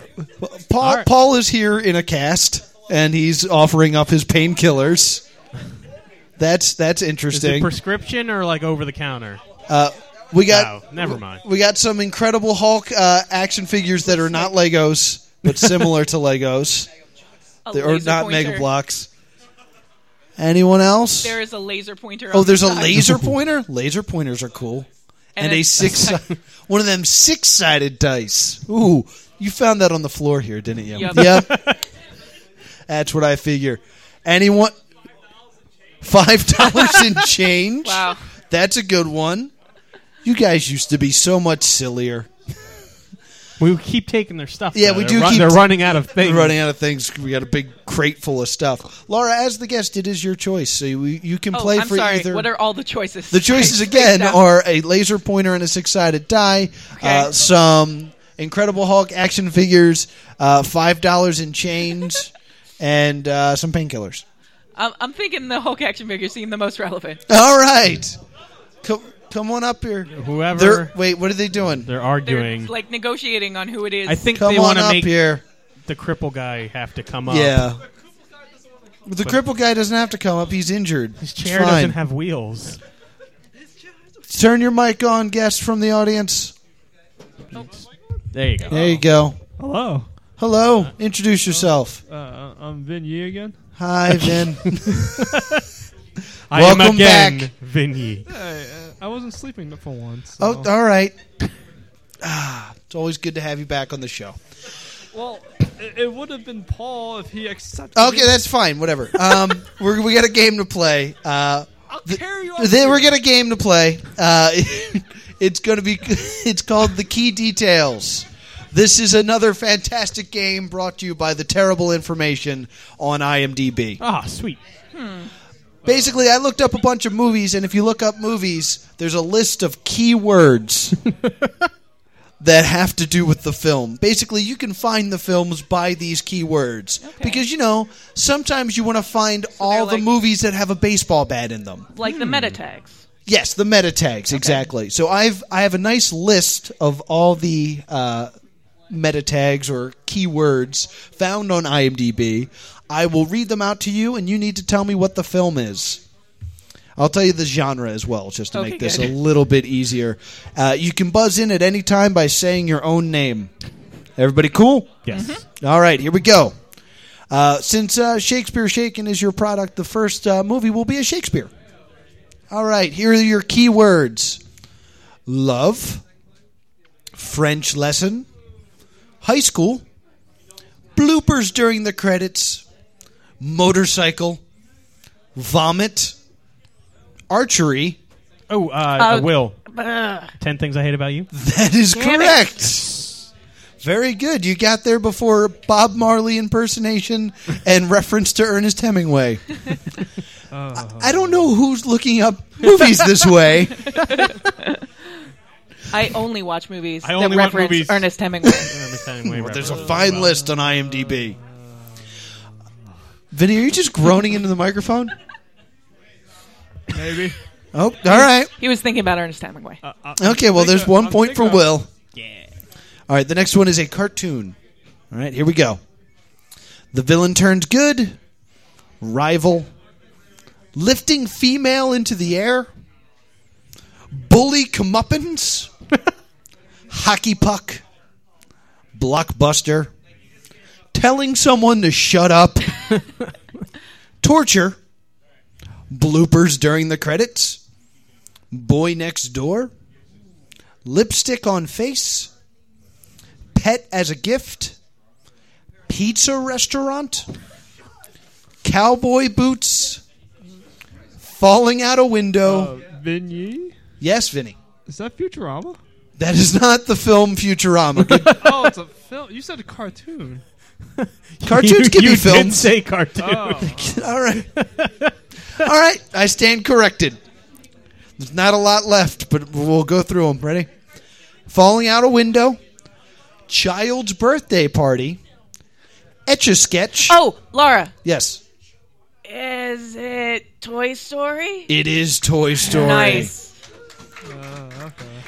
Speaker 1: Paul,
Speaker 3: All right.
Speaker 1: Paul is here in a cast, and he's offering up his painkillers. That's that's
Speaker 3: Is it
Speaker 1: interesting.
Speaker 3: prescription or like over the counter?
Speaker 1: we got
Speaker 3: Oh, never mind.
Speaker 1: we got some incredible Hulk uh, action figures that are not Legos, but similar to Legos.
Speaker 4: A
Speaker 1: They- or
Speaker 4: laser
Speaker 1: not
Speaker 4: pointer.
Speaker 1: mega blocks. Anyone else?
Speaker 4: There is a laser pointer.
Speaker 1: oh,
Speaker 4: on
Speaker 1: there's
Speaker 4: the
Speaker 1: a
Speaker 4: side.
Speaker 1: laser pointer. Laser pointers are cool, and,
Speaker 4: And
Speaker 1: a
Speaker 4: it's-
Speaker 1: six si- one of them six sided dice. Ooh, you found that on the floor here, didn't you?
Speaker 4: Yep.
Speaker 1: Yep. That's what I figure. Anyone? Five dollars in change.
Speaker 4: Wow.
Speaker 1: That's a good one. You guys used to be so much sillier.
Speaker 3: We keep taking their stuff.
Speaker 1: Yeah,
Speaker 3: though.
Speaker 1: we
Speaker 3: They're
Speaker 1: do keep-
Speaker 3: They're running out of things.
Speaker 1: We're running out of things. We got a big crate full of stuff. Laura, as the guest, it is your choice. So you, you can
Speaker 4: Oh,
Speaker 1: play
Speaker 4: I'm
Speaker 1: for
Speaker 4: sorry.
Speaker 1: either.
Speaker 4: What are all the choices?
Speaker 1: the choices
Speaker 4: I
Speaker 1: again
Speaker 4: freaked out.
Speaker 1: are a laser pointer and a six sided die, uh,
Speaker 4: Okay.
Speaker 1: some Incredible Hulk action figures, uh, five dollars in chains, and uh, some painkillers.
Speaker 4: I'm, I'm thinking the Hulk action figure seem the most relevant.
Speaker 1: All right, come, come on up here.
Speaker 3: Whoever
Speaker 1: They're,
Speaker 3: they're,
Speaker 1: wait, what are they doing?
Speaker 4: They're
Speaker 3: arguing.
Speaker 4: like negotiating on who it is.
Speaker 3: I think
Speaker 1: Come
Speaker 3: they
Speaker 1: on
Speaker 3: want to
Speaker 1: up
Speaker 3: make
Speaker 1: here.
Speaker 3: the cripple guy have to come up.
Speaker 1: Yeah. The cripple guy doesn't have to come up. He's injured. It's
Speaker 3: his chair
Speaker 1: fine.
Speaker 3: doesn't have wheels.
Speaker 1: Turn your mic on, guests from the audience.
Speaker 3: There you go.
Speaker 1: There you go.
Speaker 6: Hello.
Speaker 1: Hello. Introduce yourself.
Speaker 6: Uh, I'm Vin Yee again.
Speaker 1: Hi, Vin.
Speaker 3: I am
Speaker 1: Welcome
Speaker 3: again,
Speaker 1: back.
Speaker 3: Vinny.
Speaker 6: I wasn't sleeping for once.
Speaker 1: oh, all right. Ah, it's always good to have you back on the show.
Speaker 6: well, it, it would have been Paul if he accepted.
Speaker 1: Okay,
Speaker 6: me.
Speaker 1: that's fine. Whatever. Um, we're, we got a game to play. Uh,
Speaker 6: I'll carry you. up
Speaker 1: then
Speaker 6: here.
Speaker 1: we're got a game to play. Uh, it's going to be. It's called the Key Details. This is another fantastic game brought to you by the terrible information on IMDb.
Speaker 3: Ah, sweet.
Speaker 1: Basically, I looked up a bunch of movies, and if you look up movies, there's a list of keywords that have to do with the film. Basically, you can find the films by these keywords because you know sometimes you want to find all the
Speaker 4: like-
Speaker 1: movies that have a baseball bat in them.
Speaker 4: Like
Speaker 3: Hmm.
Speaker 4: the meta tags.
Speaker 1: Yes, the meta tags exactly. So I've I have a nice list of all the uh, meta tags or keywords found on IMDb. I will read them out to you, and you need to tell me what the film is. I'll tell you the genre as well, just to
Speaker 4: Okay,
Speaker 1: make this
Speaker 4: good.
Speaker 1: a little bit easier. Uh, you can buzz in at any time by saying your own name. Everybody cool?
Speaker 3: Yes.
Speaker 1: All right, here we go. Uh, since uh, Shakespeare Shaken is your product, the first uh, movie will be a Shakespeare. All right, here are your key words love, French lesson, high school, bloopers during the credits, motorcycle, vomit, archery.
Speaker 3: Oh, uh, uh, Will.
Speaker 4: Ugh.
Speaker 3: Ten things I hate about you.
Speaker 1: That is
Speaker 4: Damn it.
Speaker 1: correct. Very good. You got there before Bob Marley impersonation and reference to Ernest Hemingway. I, I don't know who's looking up movies this way.
Speaker 4: I only watch movies
Speaker 3: I only
Speaker 4: that
Speaker 3: want
Speaker 4: reference
Speaker 3: movies-
Speaker 4: Ernest Hemingway.
Speaker 1: There's a fine list on IMDb. Vinny, are you just groaning into the microphone?
Speaker 6: Maybe.
Speaker 1: Oh, all right.
Speaker 4: he was thinking about Ernest Hemingway.
Speaker 3: Uh.
Speaker 1: Okay, well, there's
Speaker 6: thinking-
Speaker 1: one
Speaker 6: I'm
Speaker 1: point for
Speaker 6: thinking-
Speaker 1: Will. Yeah. All right, the next one is a cartoon. All right, here we go. The villain turns good. Rival. Lifting female into the air. Bully comeuppance. hockey puck. Blockbuster. Telling someone to shut up. torture. Bloopers during the credits. Boy next door lipstick on face, pet as a gift, pizza restaurant, cowboy boots, falling out a window.
Speaker 6: Uh, Vin Yee?
Speaker 1: yes, Vinny.
Speaker 6: Is that Futurama?
Speaker 1: That is not the film Futurama. Good-
Speaker 6: oh, it's a film. You said a cartoon.
Speaker 1: Cartoons
Speaker 3: you,
Speaker 1: can
Speaker 3: you
Speaker 1: be
Speaker 3: did
Speaker 1: films.
Speaker 3: say cartoon.
Speaker 6: Oh.
Speaker 1: All right. All right. I stand corrected. There's not a lot left, but we'll go through them. Ready? Falling out a window, child's birthday party, etch a sketch.
Speaker 4: Oh, Laura,
Speaker 1: Yes.
Speaker 4: is it Toy Story?
Speaker 1: It is Toy Story.
Speaker 4: Nice.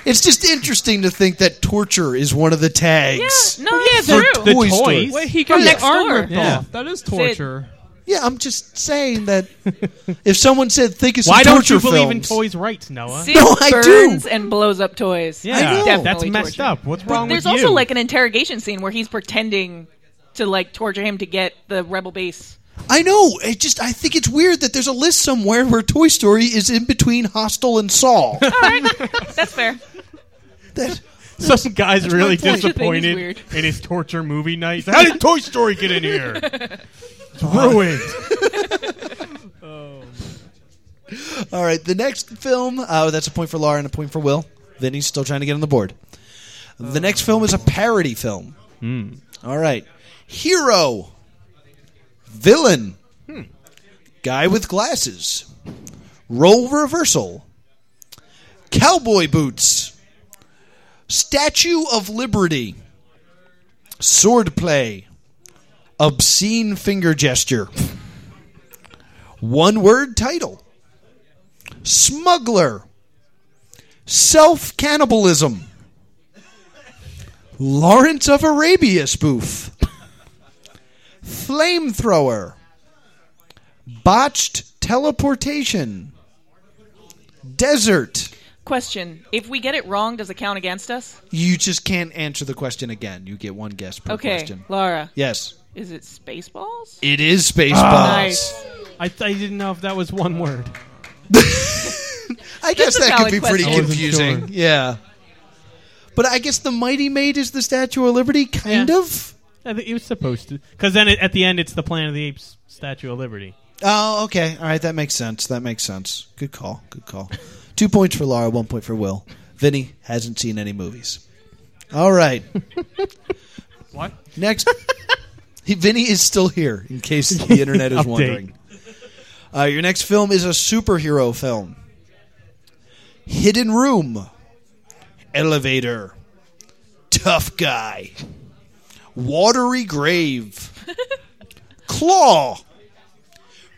Speaker 1: It's just interesting to think that torture is one of the
Speaker 4: Yeah,
Speaker 1: tags.
Speaker 4: no, yeah,
Speaker 1: For
Speaker 4: true.
Speaker 3: The
Speaker 1: Toy Story.
Speaker 3: toys.
Speaker 6: Wait, he got
Speaker 4: From
Speaker 6: his
Speaker 4: next
Speaker 6: arm
Speaker 4: door.
Speaker 6: ripped
Speaker 3: Yeah.
Speaker 6: off. That is torture.
Speaker 1: Yeah, I'm just saying that if someone said, think of some
Speaker 3: Why don't
Speaker 1: torture
Speaker 3: you believe in
Speaker 1: films,"
Speaker 3: toys' rights, Noah?
Speaker 4: Sid
Speaker 1: No, I do.
Speaker 4: burns and blows up toys.
Speaker 3: yeah,
Speaker 1: know.
Speaker 4: Definitely
Speaker 3: that's messed
Speaker 4: torture.
Speaker 3: up. What's wrong
Speaker 4: There's
Speaker 3: with you?
Speaker 4: also like an interrogation scene where he's pretending to like torture him to get the rebel base.
Speaker 1: I know. It just I think it's weird that there's a list somewhere where Toy Story is in between Hostel and Saw.
Speaker 4: That's fair.
Speaker 1: That-
Speaker 3: some guys really
Speaker 1: point. Thing is
Speaker 3: disappointed
Speaker 4: weird.
Speaker 3: in his torture movie night. How did Toy Story get in here? It's ruined.
Speaker 1: all right, the next film. Oh, that's a point for Laura and a point for Will. Vinny's still trying to get on the board. The next film is a parody film. All right, hero, villain, guy with glasses, role reversal, cowboy boots, Statue of Liberty, sword play, obscene finger gesture, one word title, smuggler, self cannibalism, Lawrence of Arabia spoof, flamethrower, botched teleportation, desert.
Speaker 4: Question: If we get it wrong, does it count against us?
Speaker 1: You just can't answer the question again. You get one guess per
Speaker 4: Okay,
Speaker 1: question.
Speaker 4: Laura.
Speaker 1: Yes.
Speaker 4: Is it Spaceballs?
Speaker 1: It is Spaceballs.
Speaker 4: Nice.
Speaker 3: I, th- I didn't know if that was one word.
Speaker 1: I guess
Speaker 4: a
Speaker 1: that could
Speaker 4: valid
Speaker 1: be
Speaker 4: question. I
Speaker 1: pretty
Speaker 4: wasn't
Speaker 1: confusing.
Speaker 3: sure.
Speaker 1: Yeah. But I guess the Mighty Maid is the Statue of Liberty, kind
Speaker 3: Yeah.
Speaker 1: of.
Speaker 3: I think it was supposed to, because then it, at the end it's the Planet of the Apes Statue of Liberty.
Speaker 1: Oh, okay. All right, that makes sense. That makes sense. Good call. Good call. Two points for Laura, one point for Will. Vinny hasn't seen any movies. All right.
Speaker 3: What?
Speaker 1: Next. He- Vinny is still here, in case the internet is
Speaker 3: Update.
Speaker 1: wondering. Uh, your next film is a superhero film Hidden Room, Elevator, Tough Guy, Watery Grave, Claw,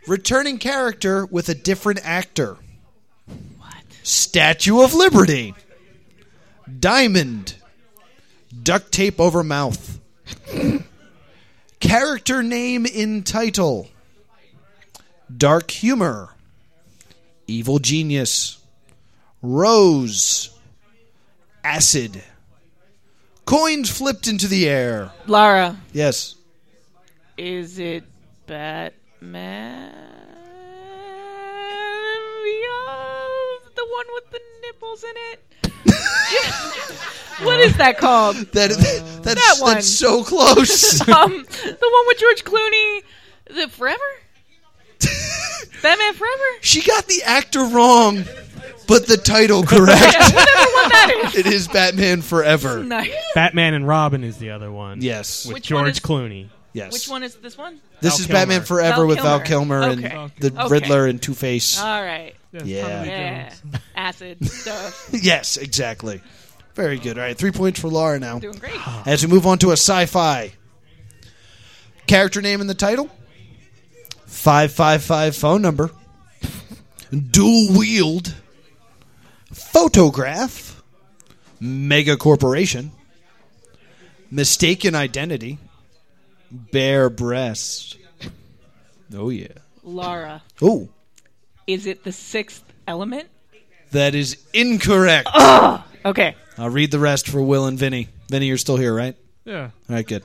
Speaker 1: Returning Character with a Different Actor, Statue of Liberty, Diamond, Duct Tape Over Mouth. Character name in title Dark Humor, Evil Genius, Rose, Acid, Coins flipped into the air.
Speaker 4: Laura.
Speaker 1: Yes.
Speaker 4: Is it Batman? Beyond? the one with the nipples in it. what is that called?
Speaker 1: That, that, that's,
Speaker 4: one.
Speaker 1: that's so close.
Speaker 4: Um, the one with George Clooney, the Forever. Batman Forever.
Speaker 1: she got the actor wrong, but the title correct.
Speaker 4: Yeah, whatever one that is.
Speaker 1: It is Batman Forever.
Speaker 4: Nice.
Speaker 3: Batman and Robin is the other one.
Speaker 1: Yes.
Speaker 3: with
Speaker 4: Which one
Speaker 3: George
Speaker 4: is-
Speaker 3: Clooney.
Speaker 1: yes.
Speaker 4: Which one is this one?
Speaker 1: This
Speaker 3: Val
Speaker 1: is
Speaker 3: Kilmer.
Speaker 1: Batman Forever
Speaker 4: Val
Speaker 1: with Val Kilmer
Speaker 4: Kilmer.
Speaker 1: and
Speaker 4: Okay.
Speaker 1: the
Speaker 4: Okay. Uh.
Speaker 1: Riddler and Two Face.
Speaker 4: All right.
Speaker 1: Yeah.
Speaker 6: um,
Speaker 4: Yeah. Acid stuff.
Speaker 1: yes, exactly. Very good. All right, three points for Laura now.
Speaker 4: Doing great.
Speaker 1: As we move on to a sci-fi character name in the title, five five five phone number, dual wield, photograph, mega corporation, mistaken identity, bare breasts. Oh yeah.
Speaker 4: Laura.
Speaker 1: Oh.
Speaker 4: Is it the sixth element?
Speaker 1: That is incorrect.
Speaker 4: Okay.
Speaker 1: I'll Uh, read the rest for Will and Vinny. Vinny, you're still here, right?
Speaker 6: Yeah.
Speaker 1: All right, good.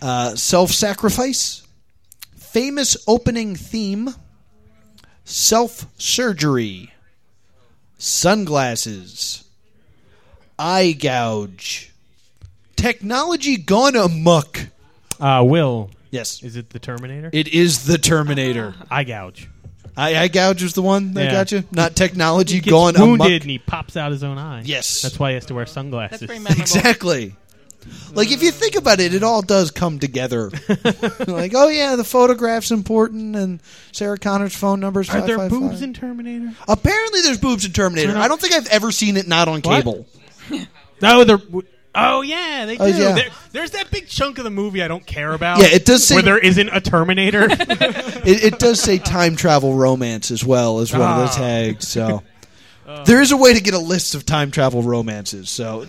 Speaker 1: Uh, self sacrifice, famous opening theme, self surgery, sunglasses, eye gouge, technology gone amok.
Speaker 3: Uh, Will,
Speaker 1: Yes,
Speaker 3: is it the Terminator?
Speaker 1: it is the Terminator.
Speaker 3: Eye gouge.
Speaker 1: Eye, eye gouge is the one that
Speaker 3: Yeah.
Speaker 1: got you, not technology
Speaker 3: He gets
Speaker 1: gone
Speaker 3: wounded
Speaker 1: amok.
Speaker 3: and he pops out his own eye.
Speaker 1: Yes.
Speaker 3: that's why he has to wear sunglasses.
Speaker 4: That's very memorable.
Speaker 1: Exactly. Like if you think about it, it all does come together. like, oh yeah, the photograph's important, and Sarah Connor's phone number is
Speaker 3: Are
Speaker 1: five
Speaker 3: there
Speaker 1: five
Speaker 3: boobs
Speaker 1: five.
Speaker 3: in Terminator?
Speaker 1: Apparently, there's boobs in Terminator. I don't think I've ever seen it not on
Speaker 3: What?
Speaker 1: cable.
Speaker 3: No, they're. Oh yeah, they do.
Speaker 1: Oh, yeah.
Speaker 3: There- there's that big chunk of the movie I don't care about.
Speaker 1: Yeah, it does say
Speaker 3: where there isn't a Terminator.
Speaker 1: it, it does say time travel romance as well as one of those
Speaker 3: Ah.
Speaker 1: tags. So Uh. there is a way to get a list of time travel romances. So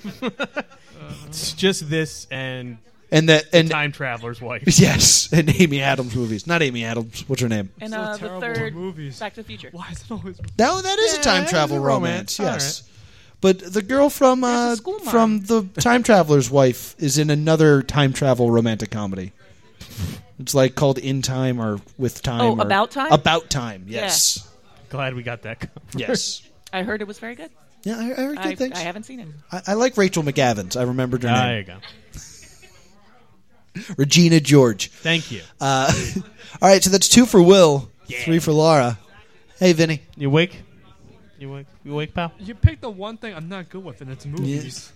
Speaker 3: it's just this and
Speaker 1: and that and
Speaker 3: Time Traveler's Wife.
Speaker 1: yes, and Amy Adams movies. Not Amy Adams. What's her name?
Speaker 4: And
Speaker 6: So
Speaker 4: uh, the
Speaker 6: terrible
Speaker 4: third,
Speaker 6: movies.
Speaker 4: Back to the Future.
Speaker 6: Why is it always?
Speaker 1: No, that is a
Speaker 3: Yeah,
Speaker 1: time
Speaker 3: that
Speaker 1: travel
Speaker 3: is a
Speaker 1: romance.
Speaker 3: romance.
Speaker 1: Yes. But the girl from
Speaker 4: That's a
Speaker 1: uh,
Speaker 4: school mom.
Speaker 1: from the time traveler's wife is in another time travel romantic comedy. It's like called In Time or With Time.
Speaker 4: Oh,
Speaker 1: or-
Speaker 4: About Time?
Speaker 1: About Time. Yes.
Speaker 3: Glad we got that. covered.
Speaker 1: Yes.
Speaker 4: I heard it was very good.
Speaker 1: Yeah, I, I heard good
Speaker 4: I,
Speaker 1: things.
Speaker 4: I haven't seen it.
Speaker 1: I, I like Rachel McAdams. I remembered her
Speaker 3: Ah, there
Speaker 1: name.
Speaker 3: you go.
Speaker 1: Regina George.
Speaker 3: Thank you.
Speaker 1: Uh, all right, so that's two for Will,
Speaker 3: Yeah.
Speaker 1: three for Laura. Hey, Vinny.
Speaker 3: you wake. You wake. You wake, pal.
Speaker 6: You picked the one thing I'm not good with, and it's movies.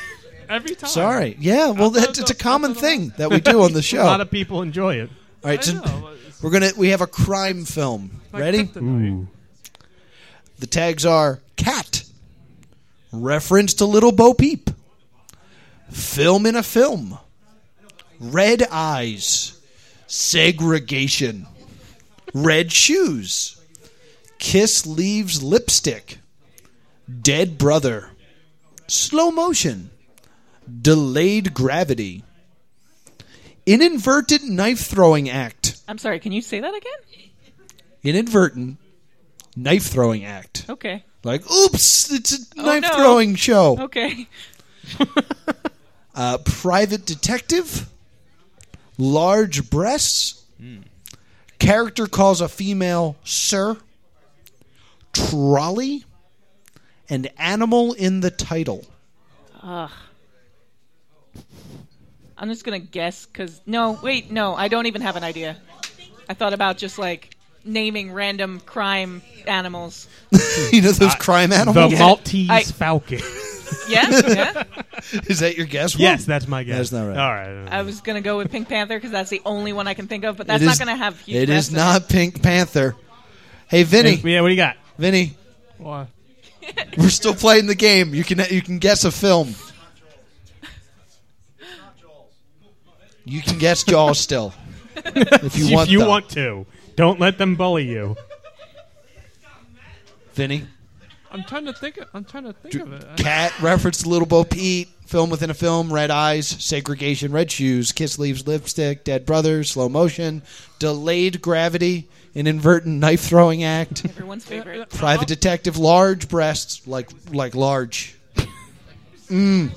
Speaker 6: Every time.
Speaker 1: Sorry. Yeah, well,
Speaker 6: thought
Speaker 1: that's, it's
Speaker 6: that-
Speaker 1: a
Speaker 6: I thought
Speaker 1: common
Speaker 6: that
Speaker 1: thing that we do on the show.
Speaker 3: A lot of people enjoy it.
Speaker 1: all right,
Speaker 6: I
Speaker 1: so
Speaker 6: know. it's
Speaker 1: We're gonna we have a crime film.
Speaker 6: like
Speaker 1: Ready?
Speaker 6: kryptonite.
Speaker 1: The tags are cat, reference to Little Bo Peep, film in a film, red eyes, segregation, red shoes, kiss leaves lipstick, dead brother, slow motion, delayed gravity, inadvertent knife throwing act.
Speaker 4: I'm sorry. Can you say that again?
Speaker 1: inadvertent knife throwing act.
Speaker 4: Okay.
Speaker 1: Like, oops, it's a knife
Speaker 4: Oh, no.
Speaker 1: throwing show.
Speaker 4: Okay.
Speaker 1: Uh, private detective, large breasts, character calls a female sir, trolley, and animal in the title.
Speaker 4: I'm just gonna guess because no, wait, no, I don't even have an idea. I thought about just like naming random crime animals.
Speaker 1: you know those crime
Speaker 3: Uh, The
Speaker 1: animals?
Speaker 3: Maltese
Speaker 4: I-
Speaker 3: Falcon.
Speaker 4: Yeah, yeah.
Speaker 1: Is that your guess?
Speaker 3: yes, that's my guess.
Speaker 1: That's not right. Uh,
Speaker 3: All right.
Speaker 4: I was gonna go with Pink Panther because that's the only one I can think of, but
Speaker 1: It
Speaker 4: that's not
Speaker 1: is-
Speaker 4: gonna have huge.
Speaker 1: It is
Speaker 4: breasts in
Speaker 1: not Pink Panther. Hey, Vinny,
Speaker 3: yeah, what do you got?
Speaker 1: Vinny,
Speaker 6: Why?
Speaker 1: we're still playing the game. You can you can guess a film. You can guess Jaws still, if you want.
Speaker 3: if you
Speaker 1: though.
Speaker 3: want to, don't let them bully you.
Speaker 1: Vinny,
Speaker 6: I'm trying to think. Of, I'm trying to think of it. I-
Speaker 1: cat reference to Little Bo Peep. Film within a film, red eyes, segregation, red shoes, kiss leaves lipstick, dead brothers, slow motion, delayed gravity, an invertent knife throwing act.
Speaker 4: Everyone's favorite.
Speaker 1: Private detective, large breasts, like like large. Mm.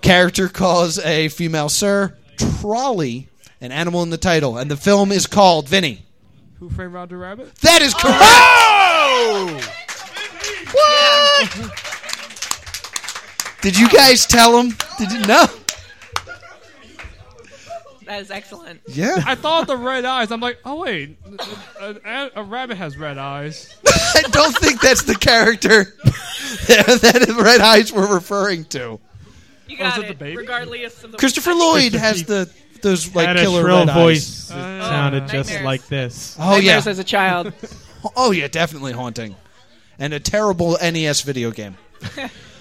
Speaker 1: Character calls a female sir, trolley, an animal in the title, and the film is called Vinny.
Speaker 6: Who framed Roger Rabbit?
Speaker 1: That is correct.
Speaker 3: Oh!
Speaker 1: What? Did you guys tell him? Did you no?
Speaker 4: That is excellent.
Speaker 1: Yeah,
Speaker 6: I thought the red eyes. I'm like, oh wait, a, a, a rabbit has red eyes.
Speaker 1: I don't think that's the character that the Red Eyes were referring to.
Speaker 4: You
Speaker 6: Oh, is
Speaker 4: got
Speaker 6: it the
Speaker 4: it.
Speaker 6: baby?
Speaker 4: Regardless of the
Speaker 1: Christopher Lloyd has the those like
Speaker 3: Had a
Speaker 1: killer
Speaker 3: shrill
Speaker 1: red eyes.
Speaker 3: voice. that
Speaker 6: Uh,
Speaker 3: sounded just
Speaker 4: Nightmares.
Speaker 3: like this.
Speaker 1: Oh yeah,
Speaker 4: Nightmares as a child.
Speaker 1: Oh yeah, definitely haunting, and a terrible NES video game.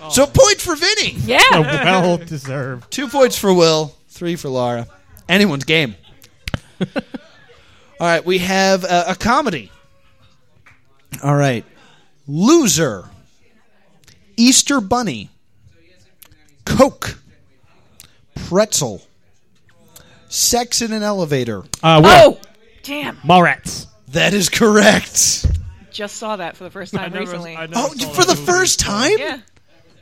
Speaker 1: So point for Vinny,
Speaker 3: A
Speaker 4: Yeah.
Speaker 3: well deserved.
Speaker 1: two points for Will, three for Laura. Anyone's game. All right, we have uh, a comedy. All right, loser, Easter Bunny, Coke, pretzel, sex in an elevator.
Speaker 3: Uh, Will.
Speaker 4: Oh, damn!
Speaker 3: Mallrats.
Speaker 1: That is correct.
Speaker 4: Just saw that for the first time recently.
Speaker 6: I never
Speaker 1: Oh,
Speaker 6: saw
Speaker 1: for
Speaker 6: that
Speaker 1: the
Speaker 6: movie.
Speaker 1: first time,
Speaker 4: yeah,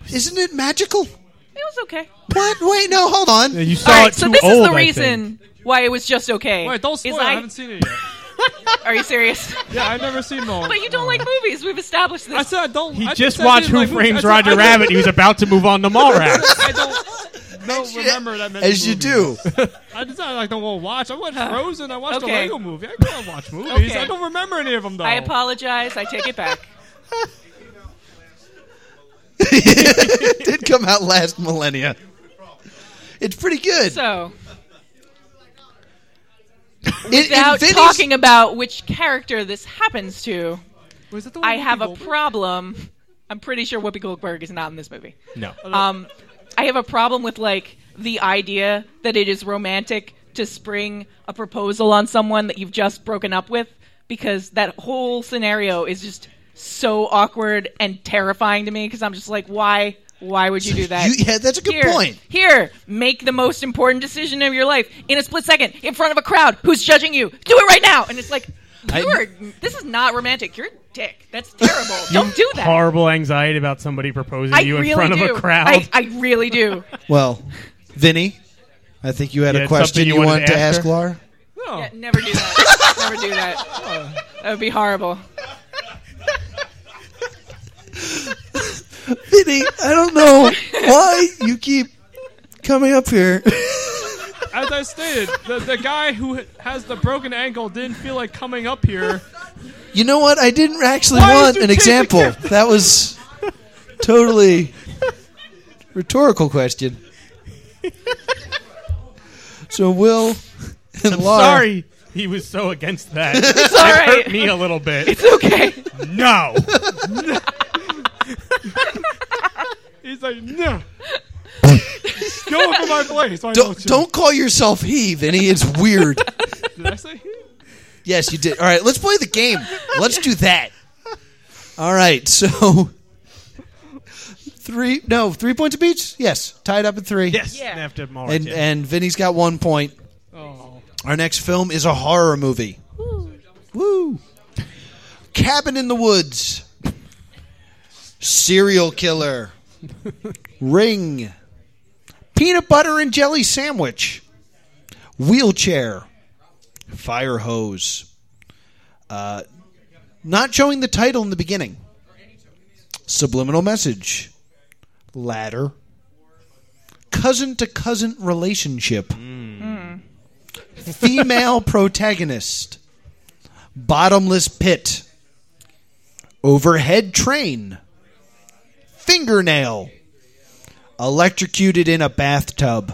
Speaker 4: it
Speaker 1: isn't it magical?
Speaker 4: was okay.
Speaker 1: What? Wait, no, hold on.
Speaker 3: You saw
Speaker 4: All
Speaker 3: it
Speaker 4: right,
Speaker 3: too
Speaker 4: so this
Speaker 3: old,
Speaker 4: is the
Speaker 3: I
Speaker 4: reason why it was just okay.
Speaker 6: Wait, don't
Speaker 4: Is
Speaker 6: spoil. it. I
Speaker 4: I-
Speaker 6: haven't seen it yet.
Speaker 4: are you serious?
Speaker 6: Yeah, I've never seen all.
Speaker 4: But you don't like movies. We've established this.
Speaker 6: I said I don't.
Speaker 3: think.
Speaker 6: I
Speaker 3: He just
Speaker 6: said I
Speaker 3: watched
Speaker 6: didn't
Speaker 3: Who
Speaker 6: like movies.
Speaker 3: Frames
Speaker 6: I said
Speaker 3: Roger
Speaker 6: I don't-
Speaker 3: Rabbit. He was about to move on to Mallrats.
Speaker 6: I don't. No, remember that many
Speaker 1: As you
Speaker 6: movies.
Speaker 1: do.
Speaker 6: I decided like don't want to watch. I watched Frozen. I watched
Speaker 4: Okay.
Speaker 6: the Lego Movie. I can't watch movies.
Speaker 4: Okay.
Speaker 6: I don't remember any of them though.
Speaker 4: I apologize. I take it back.
Speaker 1: it did come out last millennia. It's pretty good.
Speaker 4: So,
Speaker 1: In- in
Speaker 4: without
Speaker 1: Vinny's-
Speaker 4: talking about which character this happens to,
Speaker 6: Was that the one
Speaker 4: I
Speaker 6: with
Speaker 4: have a
Speaker 6: Whoopi
Speaker 4: problem. I'm pretty sure Whoopi Goldberg is not in this movie.
Speaker 3: no.
Speaker 4: Um, I have a problem with like the idea that it is romantic to spring a proposal on someone that you've just broken up with because that whole scenario is just so awkward and terrifying to me because I'm just like, why? Why would you do that?
Speaker 1: You- yeah, that's a good
Speaker 4: here,
Speaker 1: point.
Speaker 4: Here, make the most important decision of your life in a split second in front of a crowd who's judging you. Do it right now. And it's like, you are, this is not romantic. You're a dick. That's terrible. Don't do that.
Speaker 3: Horrible anxiety about somebody proposing
Speaker 4: I
Speaker 3: to you
Speaker 4: really
Speaker 3: in front
Speaker 4: do.
Speaker 3: of a crowd.
Speaker 4: I, I really do.
Speaker 1: Well, Vinny, I think you had
Speaker 3: Yeah,
Speaker 1: a
Speaker 3: it's
Speaker 1: question
Speaker 3: something
Speaker 1: you,
Speaker 3: you
Speaker 1: wanted,
Speaker 3: wanted
Speaker 1: to
Speaker 3: to ask
Speaker 1: ask,
Speaker 3: her?
Speaker 1: Laura.
Speaker 6: Goldberg? No.
Speaker 4: Yeah, never do that. never do that. That would be horrible.
Speaker 1: Vinny, I don't know why you keep coming up here.
Speaker 6: As I stated, the, the guy who has the broken ankle didn't feel like coming up here.
Speaker 1: You know what? I didn't actually
Speaker 6: Why did
Speaker 1: want
Speaker 6: you
Speaker 1: an
Speaker 6: take the
Speaker 1: example. That was totally rhetorical question. So Will and Laura,
Speaker 3: Sorry, he was so against that.
Speaker 4: It's all right.
Speaker 3: Hurt me a little bit.
Speaker 4: It's okay.
Speaker 3: No.
Speaker 6: He's like, no. Go over my place. I
Speaker 1: don't
Speaker 6: want you."
Speaker 1: don't call yourself he, Vinny. It's weird.
Speaker 6: Did I say he?
Speaker 1: Yes, you did. All right, let's play the game. Let's do that. All right, so three no three points apiece. Yes, tied up at three.
Speaker 3: Yes.
Speaker 4: Yeah.
Speaker 3: After Mallrats.
Speaker 1: and
Speaker 3: yeah.
Speaker 1: and Vinny's got one point.
Speaker 6: Oh.
Speaker 1: Our next film is a horror movie. Woo! Cabin in the Woods, Serial killer. Ring. Peanut butter and jelly sandwich. Wheelchair. Fire hose. Uh, not showing the title in the beginning. Subliminal message. Ladder. Cousin to cousin relationship. Female protagonist. Bottomless pit. Overhead train. Fingernail. Electrocuted in a bathtub.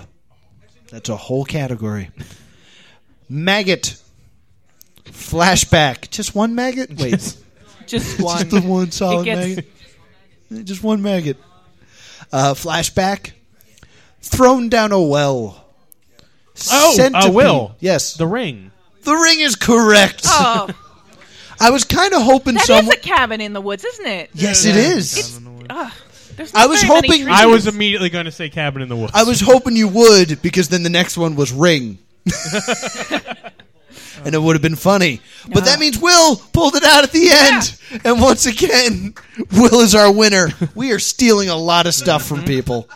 Speaker 1: That's a whole category. Maggot. Flashback. Just one maggot? Wait.
Speaker 4: Just one.
Speaker 1: Just the one solid
Speaker 4: It gets-
Speaker 1: maggot. Just one maggot. Uh, flashback. Thrown down a well.
Speaker 3: Oh,
Speaker 1: Centipede.
Speaker 3: uh, Will.
Speaker 1: Yes.
Speaker 3: The
Speaker 1: The,
Speaker 3: Ring.
Speaker 1: ring is correct.
Speaker 4: Oh,
Speaker 1: I was kind of hoping
Speaker 4: that is
Speaker 1: someone.
Speaker 4: a cabin in the woods, isn't it?
Speaker 1: yes, it is.
Speaker 4: Ugh, there's
Speaker 1: I
Speaker 4: not
Speaker 1: was
Speaker 4: very many
Speaker 1: hoping-
Speaker 4: trees.
Speaker 3: I was immediately going to say Cabin in the Woods.
Speaker 1: I was hoping you would because then the next one was ring. and it would have been funny. But that
Speaker 4: No.
Speaker 1: means Will pulled it out at the end. And once again, Will is our winner. We are stealing a lot of stuff from
Speaker 4: Mm-hmm.
Speaker 1: people.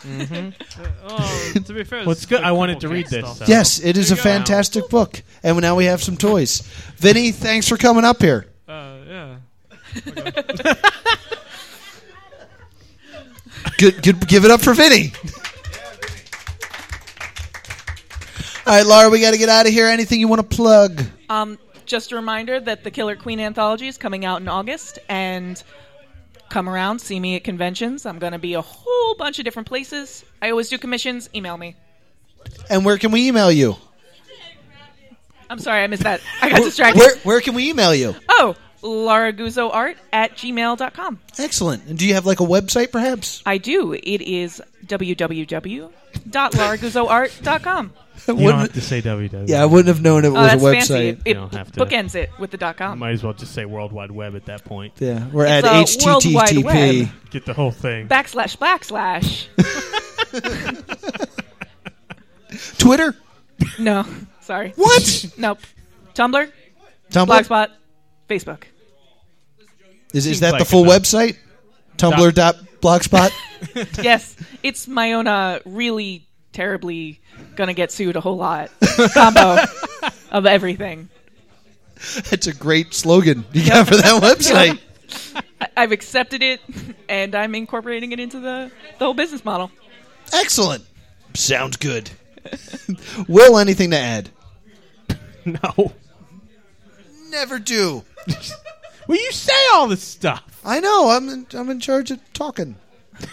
Speaker 6: Oh, to be fair,
Speaker 3: Well, it's
Speaker 6: this is
Speaker 3: good.
Speaker 6: like
Speaker 3: I wanted to
Speaker 6: couple
Speaker 3: read
Speaker 6: kid
Speaker 3: this,
Speaker 6: stuff.
Speaker 3: so-
Speaker 1: Yes, it is a
Speaker 6: There you go.
Speaker 1: fantastic book. And now we have some toys. Vinny, thanks for coming up here.
Speaker 6: Uh, yeah.
Speaker 1: Good, good, give it up for Vinny. All right, Laura, we got to get out of here. Anything you want to plug?
Speaker 4: Um, just a reminder that the Killer Queen anthology is coming out in August, and come around, see me at conventions. I'm going to be a whole bunch of different places. I always do commissions. Email me.
Speaker 1: And where can we email you?
Speaker 4: I'm sorry, I missed that. I got distracted.
Speaker 1: Where, where can we email you?
Speaker 4: Oh, laraguzzoart at gmail.com.
Speaker 1: Excellent. And do you have like a website, perhaps?
Speaker 4: I do. It is www.laraguzzoart.com.
Speaker 3: you don't have to say E. WW.
Speaker 1: yeah, I wouldn't have known it
Speaker 4: Oh,
Speaker 1: was a
Speaker 4: that's
Speaker 1: website.
Speaker 4: fancy. It,
Speaker 3: You
Speaker 4: it
Speaker 3: don't have to.
Speaker 4: bookends it with the dot com.
Speaker 3: Might as well just say World Wide Web at that point.
Speaker 1: Yeah, we're
Speaker 4: It's
Speaker 1: at
Speaker 4: a World Wide
Speaker 1: http.
Speaker 4: Web.
Speaker 3: Get the whole thing.
Speaker 4: Backslash, backslash.
Speaker 1: Twitter?
Speaker 4: no, sorry.
Speaker 1: What?
Speaker 4: Nope. Tumblr,
Speaker 1: Tumblr?
Speaker 4: Blogspot, Facebook.
Speaker 1: Is, is
Speaker 3: Seems
Speaker 1: that the
Speaker 3: like
Speaker 1: full
Speaker 3: enough.
Speaker 1: website? Tumblr dot blogspot.
Speaker 4: yes, it's my own uh, really terribly gonna get sued a whole lot combo of everything.
Speaker 1: That's a great slogan you got for that website.
Speaker 4: I- I've accepted it, and I'm incorporating it into the the whole business model.
Speaker 1: Excellent. Sounds good. Will anything to add?
Speaker 3: No.
Speaker 1: Never do.
Speaker 3: Well, you say all this stuff.
Speaker 1: I know. I'm in, I'm in charge of talking. Uh,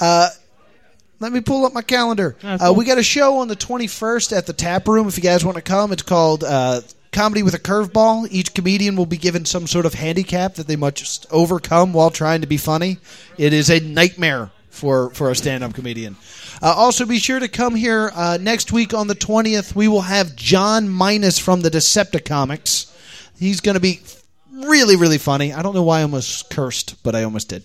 Speaker 1: let me pull up my calendar.
Speaker 3: That's
Speaker 1: Uh,
Speaker 3: cool.
Speaker 1: we got a show on the 21st at the Tap Room. If you guys want to come, it's called uh, Comedy with a Curveball. Each comedian will be given some sort of handicap that they must overcome while trying to be funny. It is a nightmare for for a stand up comedian. Uh, also, be sure to come here uh, next week on the 20th. We will have John Minus from the Decepticomics. He's going to be really, really funny. I don't know why I almost cursed, but I almost did.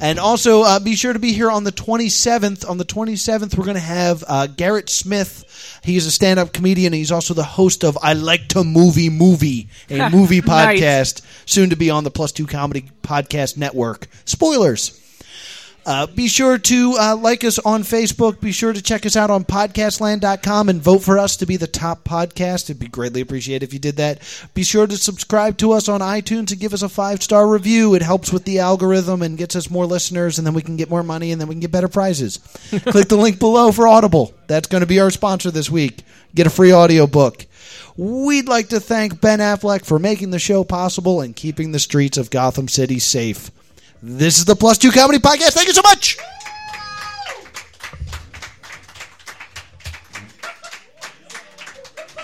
Speaker 1: And also, uh, be sure to be here on the 27th. On the 27th, we're going to have uh, Garrett Smith. He's a stand up comedian. He's also the host of I Like to Movie Movie, a movie
Speaker 4: Nice.
Speaker 1: podcast, soon to be on the Plus Two Comedy Podcast Network. Spoilers. Uh, be sure to uh, like us on Facebook. Be sure to check us out on podcastland.com and vote for us to be the top podcast. It'd be greatly appreciated if you did that. Be sure to subscribe to us on iTunes and give us a five star review. It helps with the algorithm and gets us more listeners, and then we can get more money and then we can get better prizes. Click the link below for Audible. That's going to be our sponsor this week. Get a free audiobook. We'd like to thank Ben Affleck for making the show possible and keeping the streets of Gotham City safe. This is the Plus Two Comedy Podcast. Thank you so much.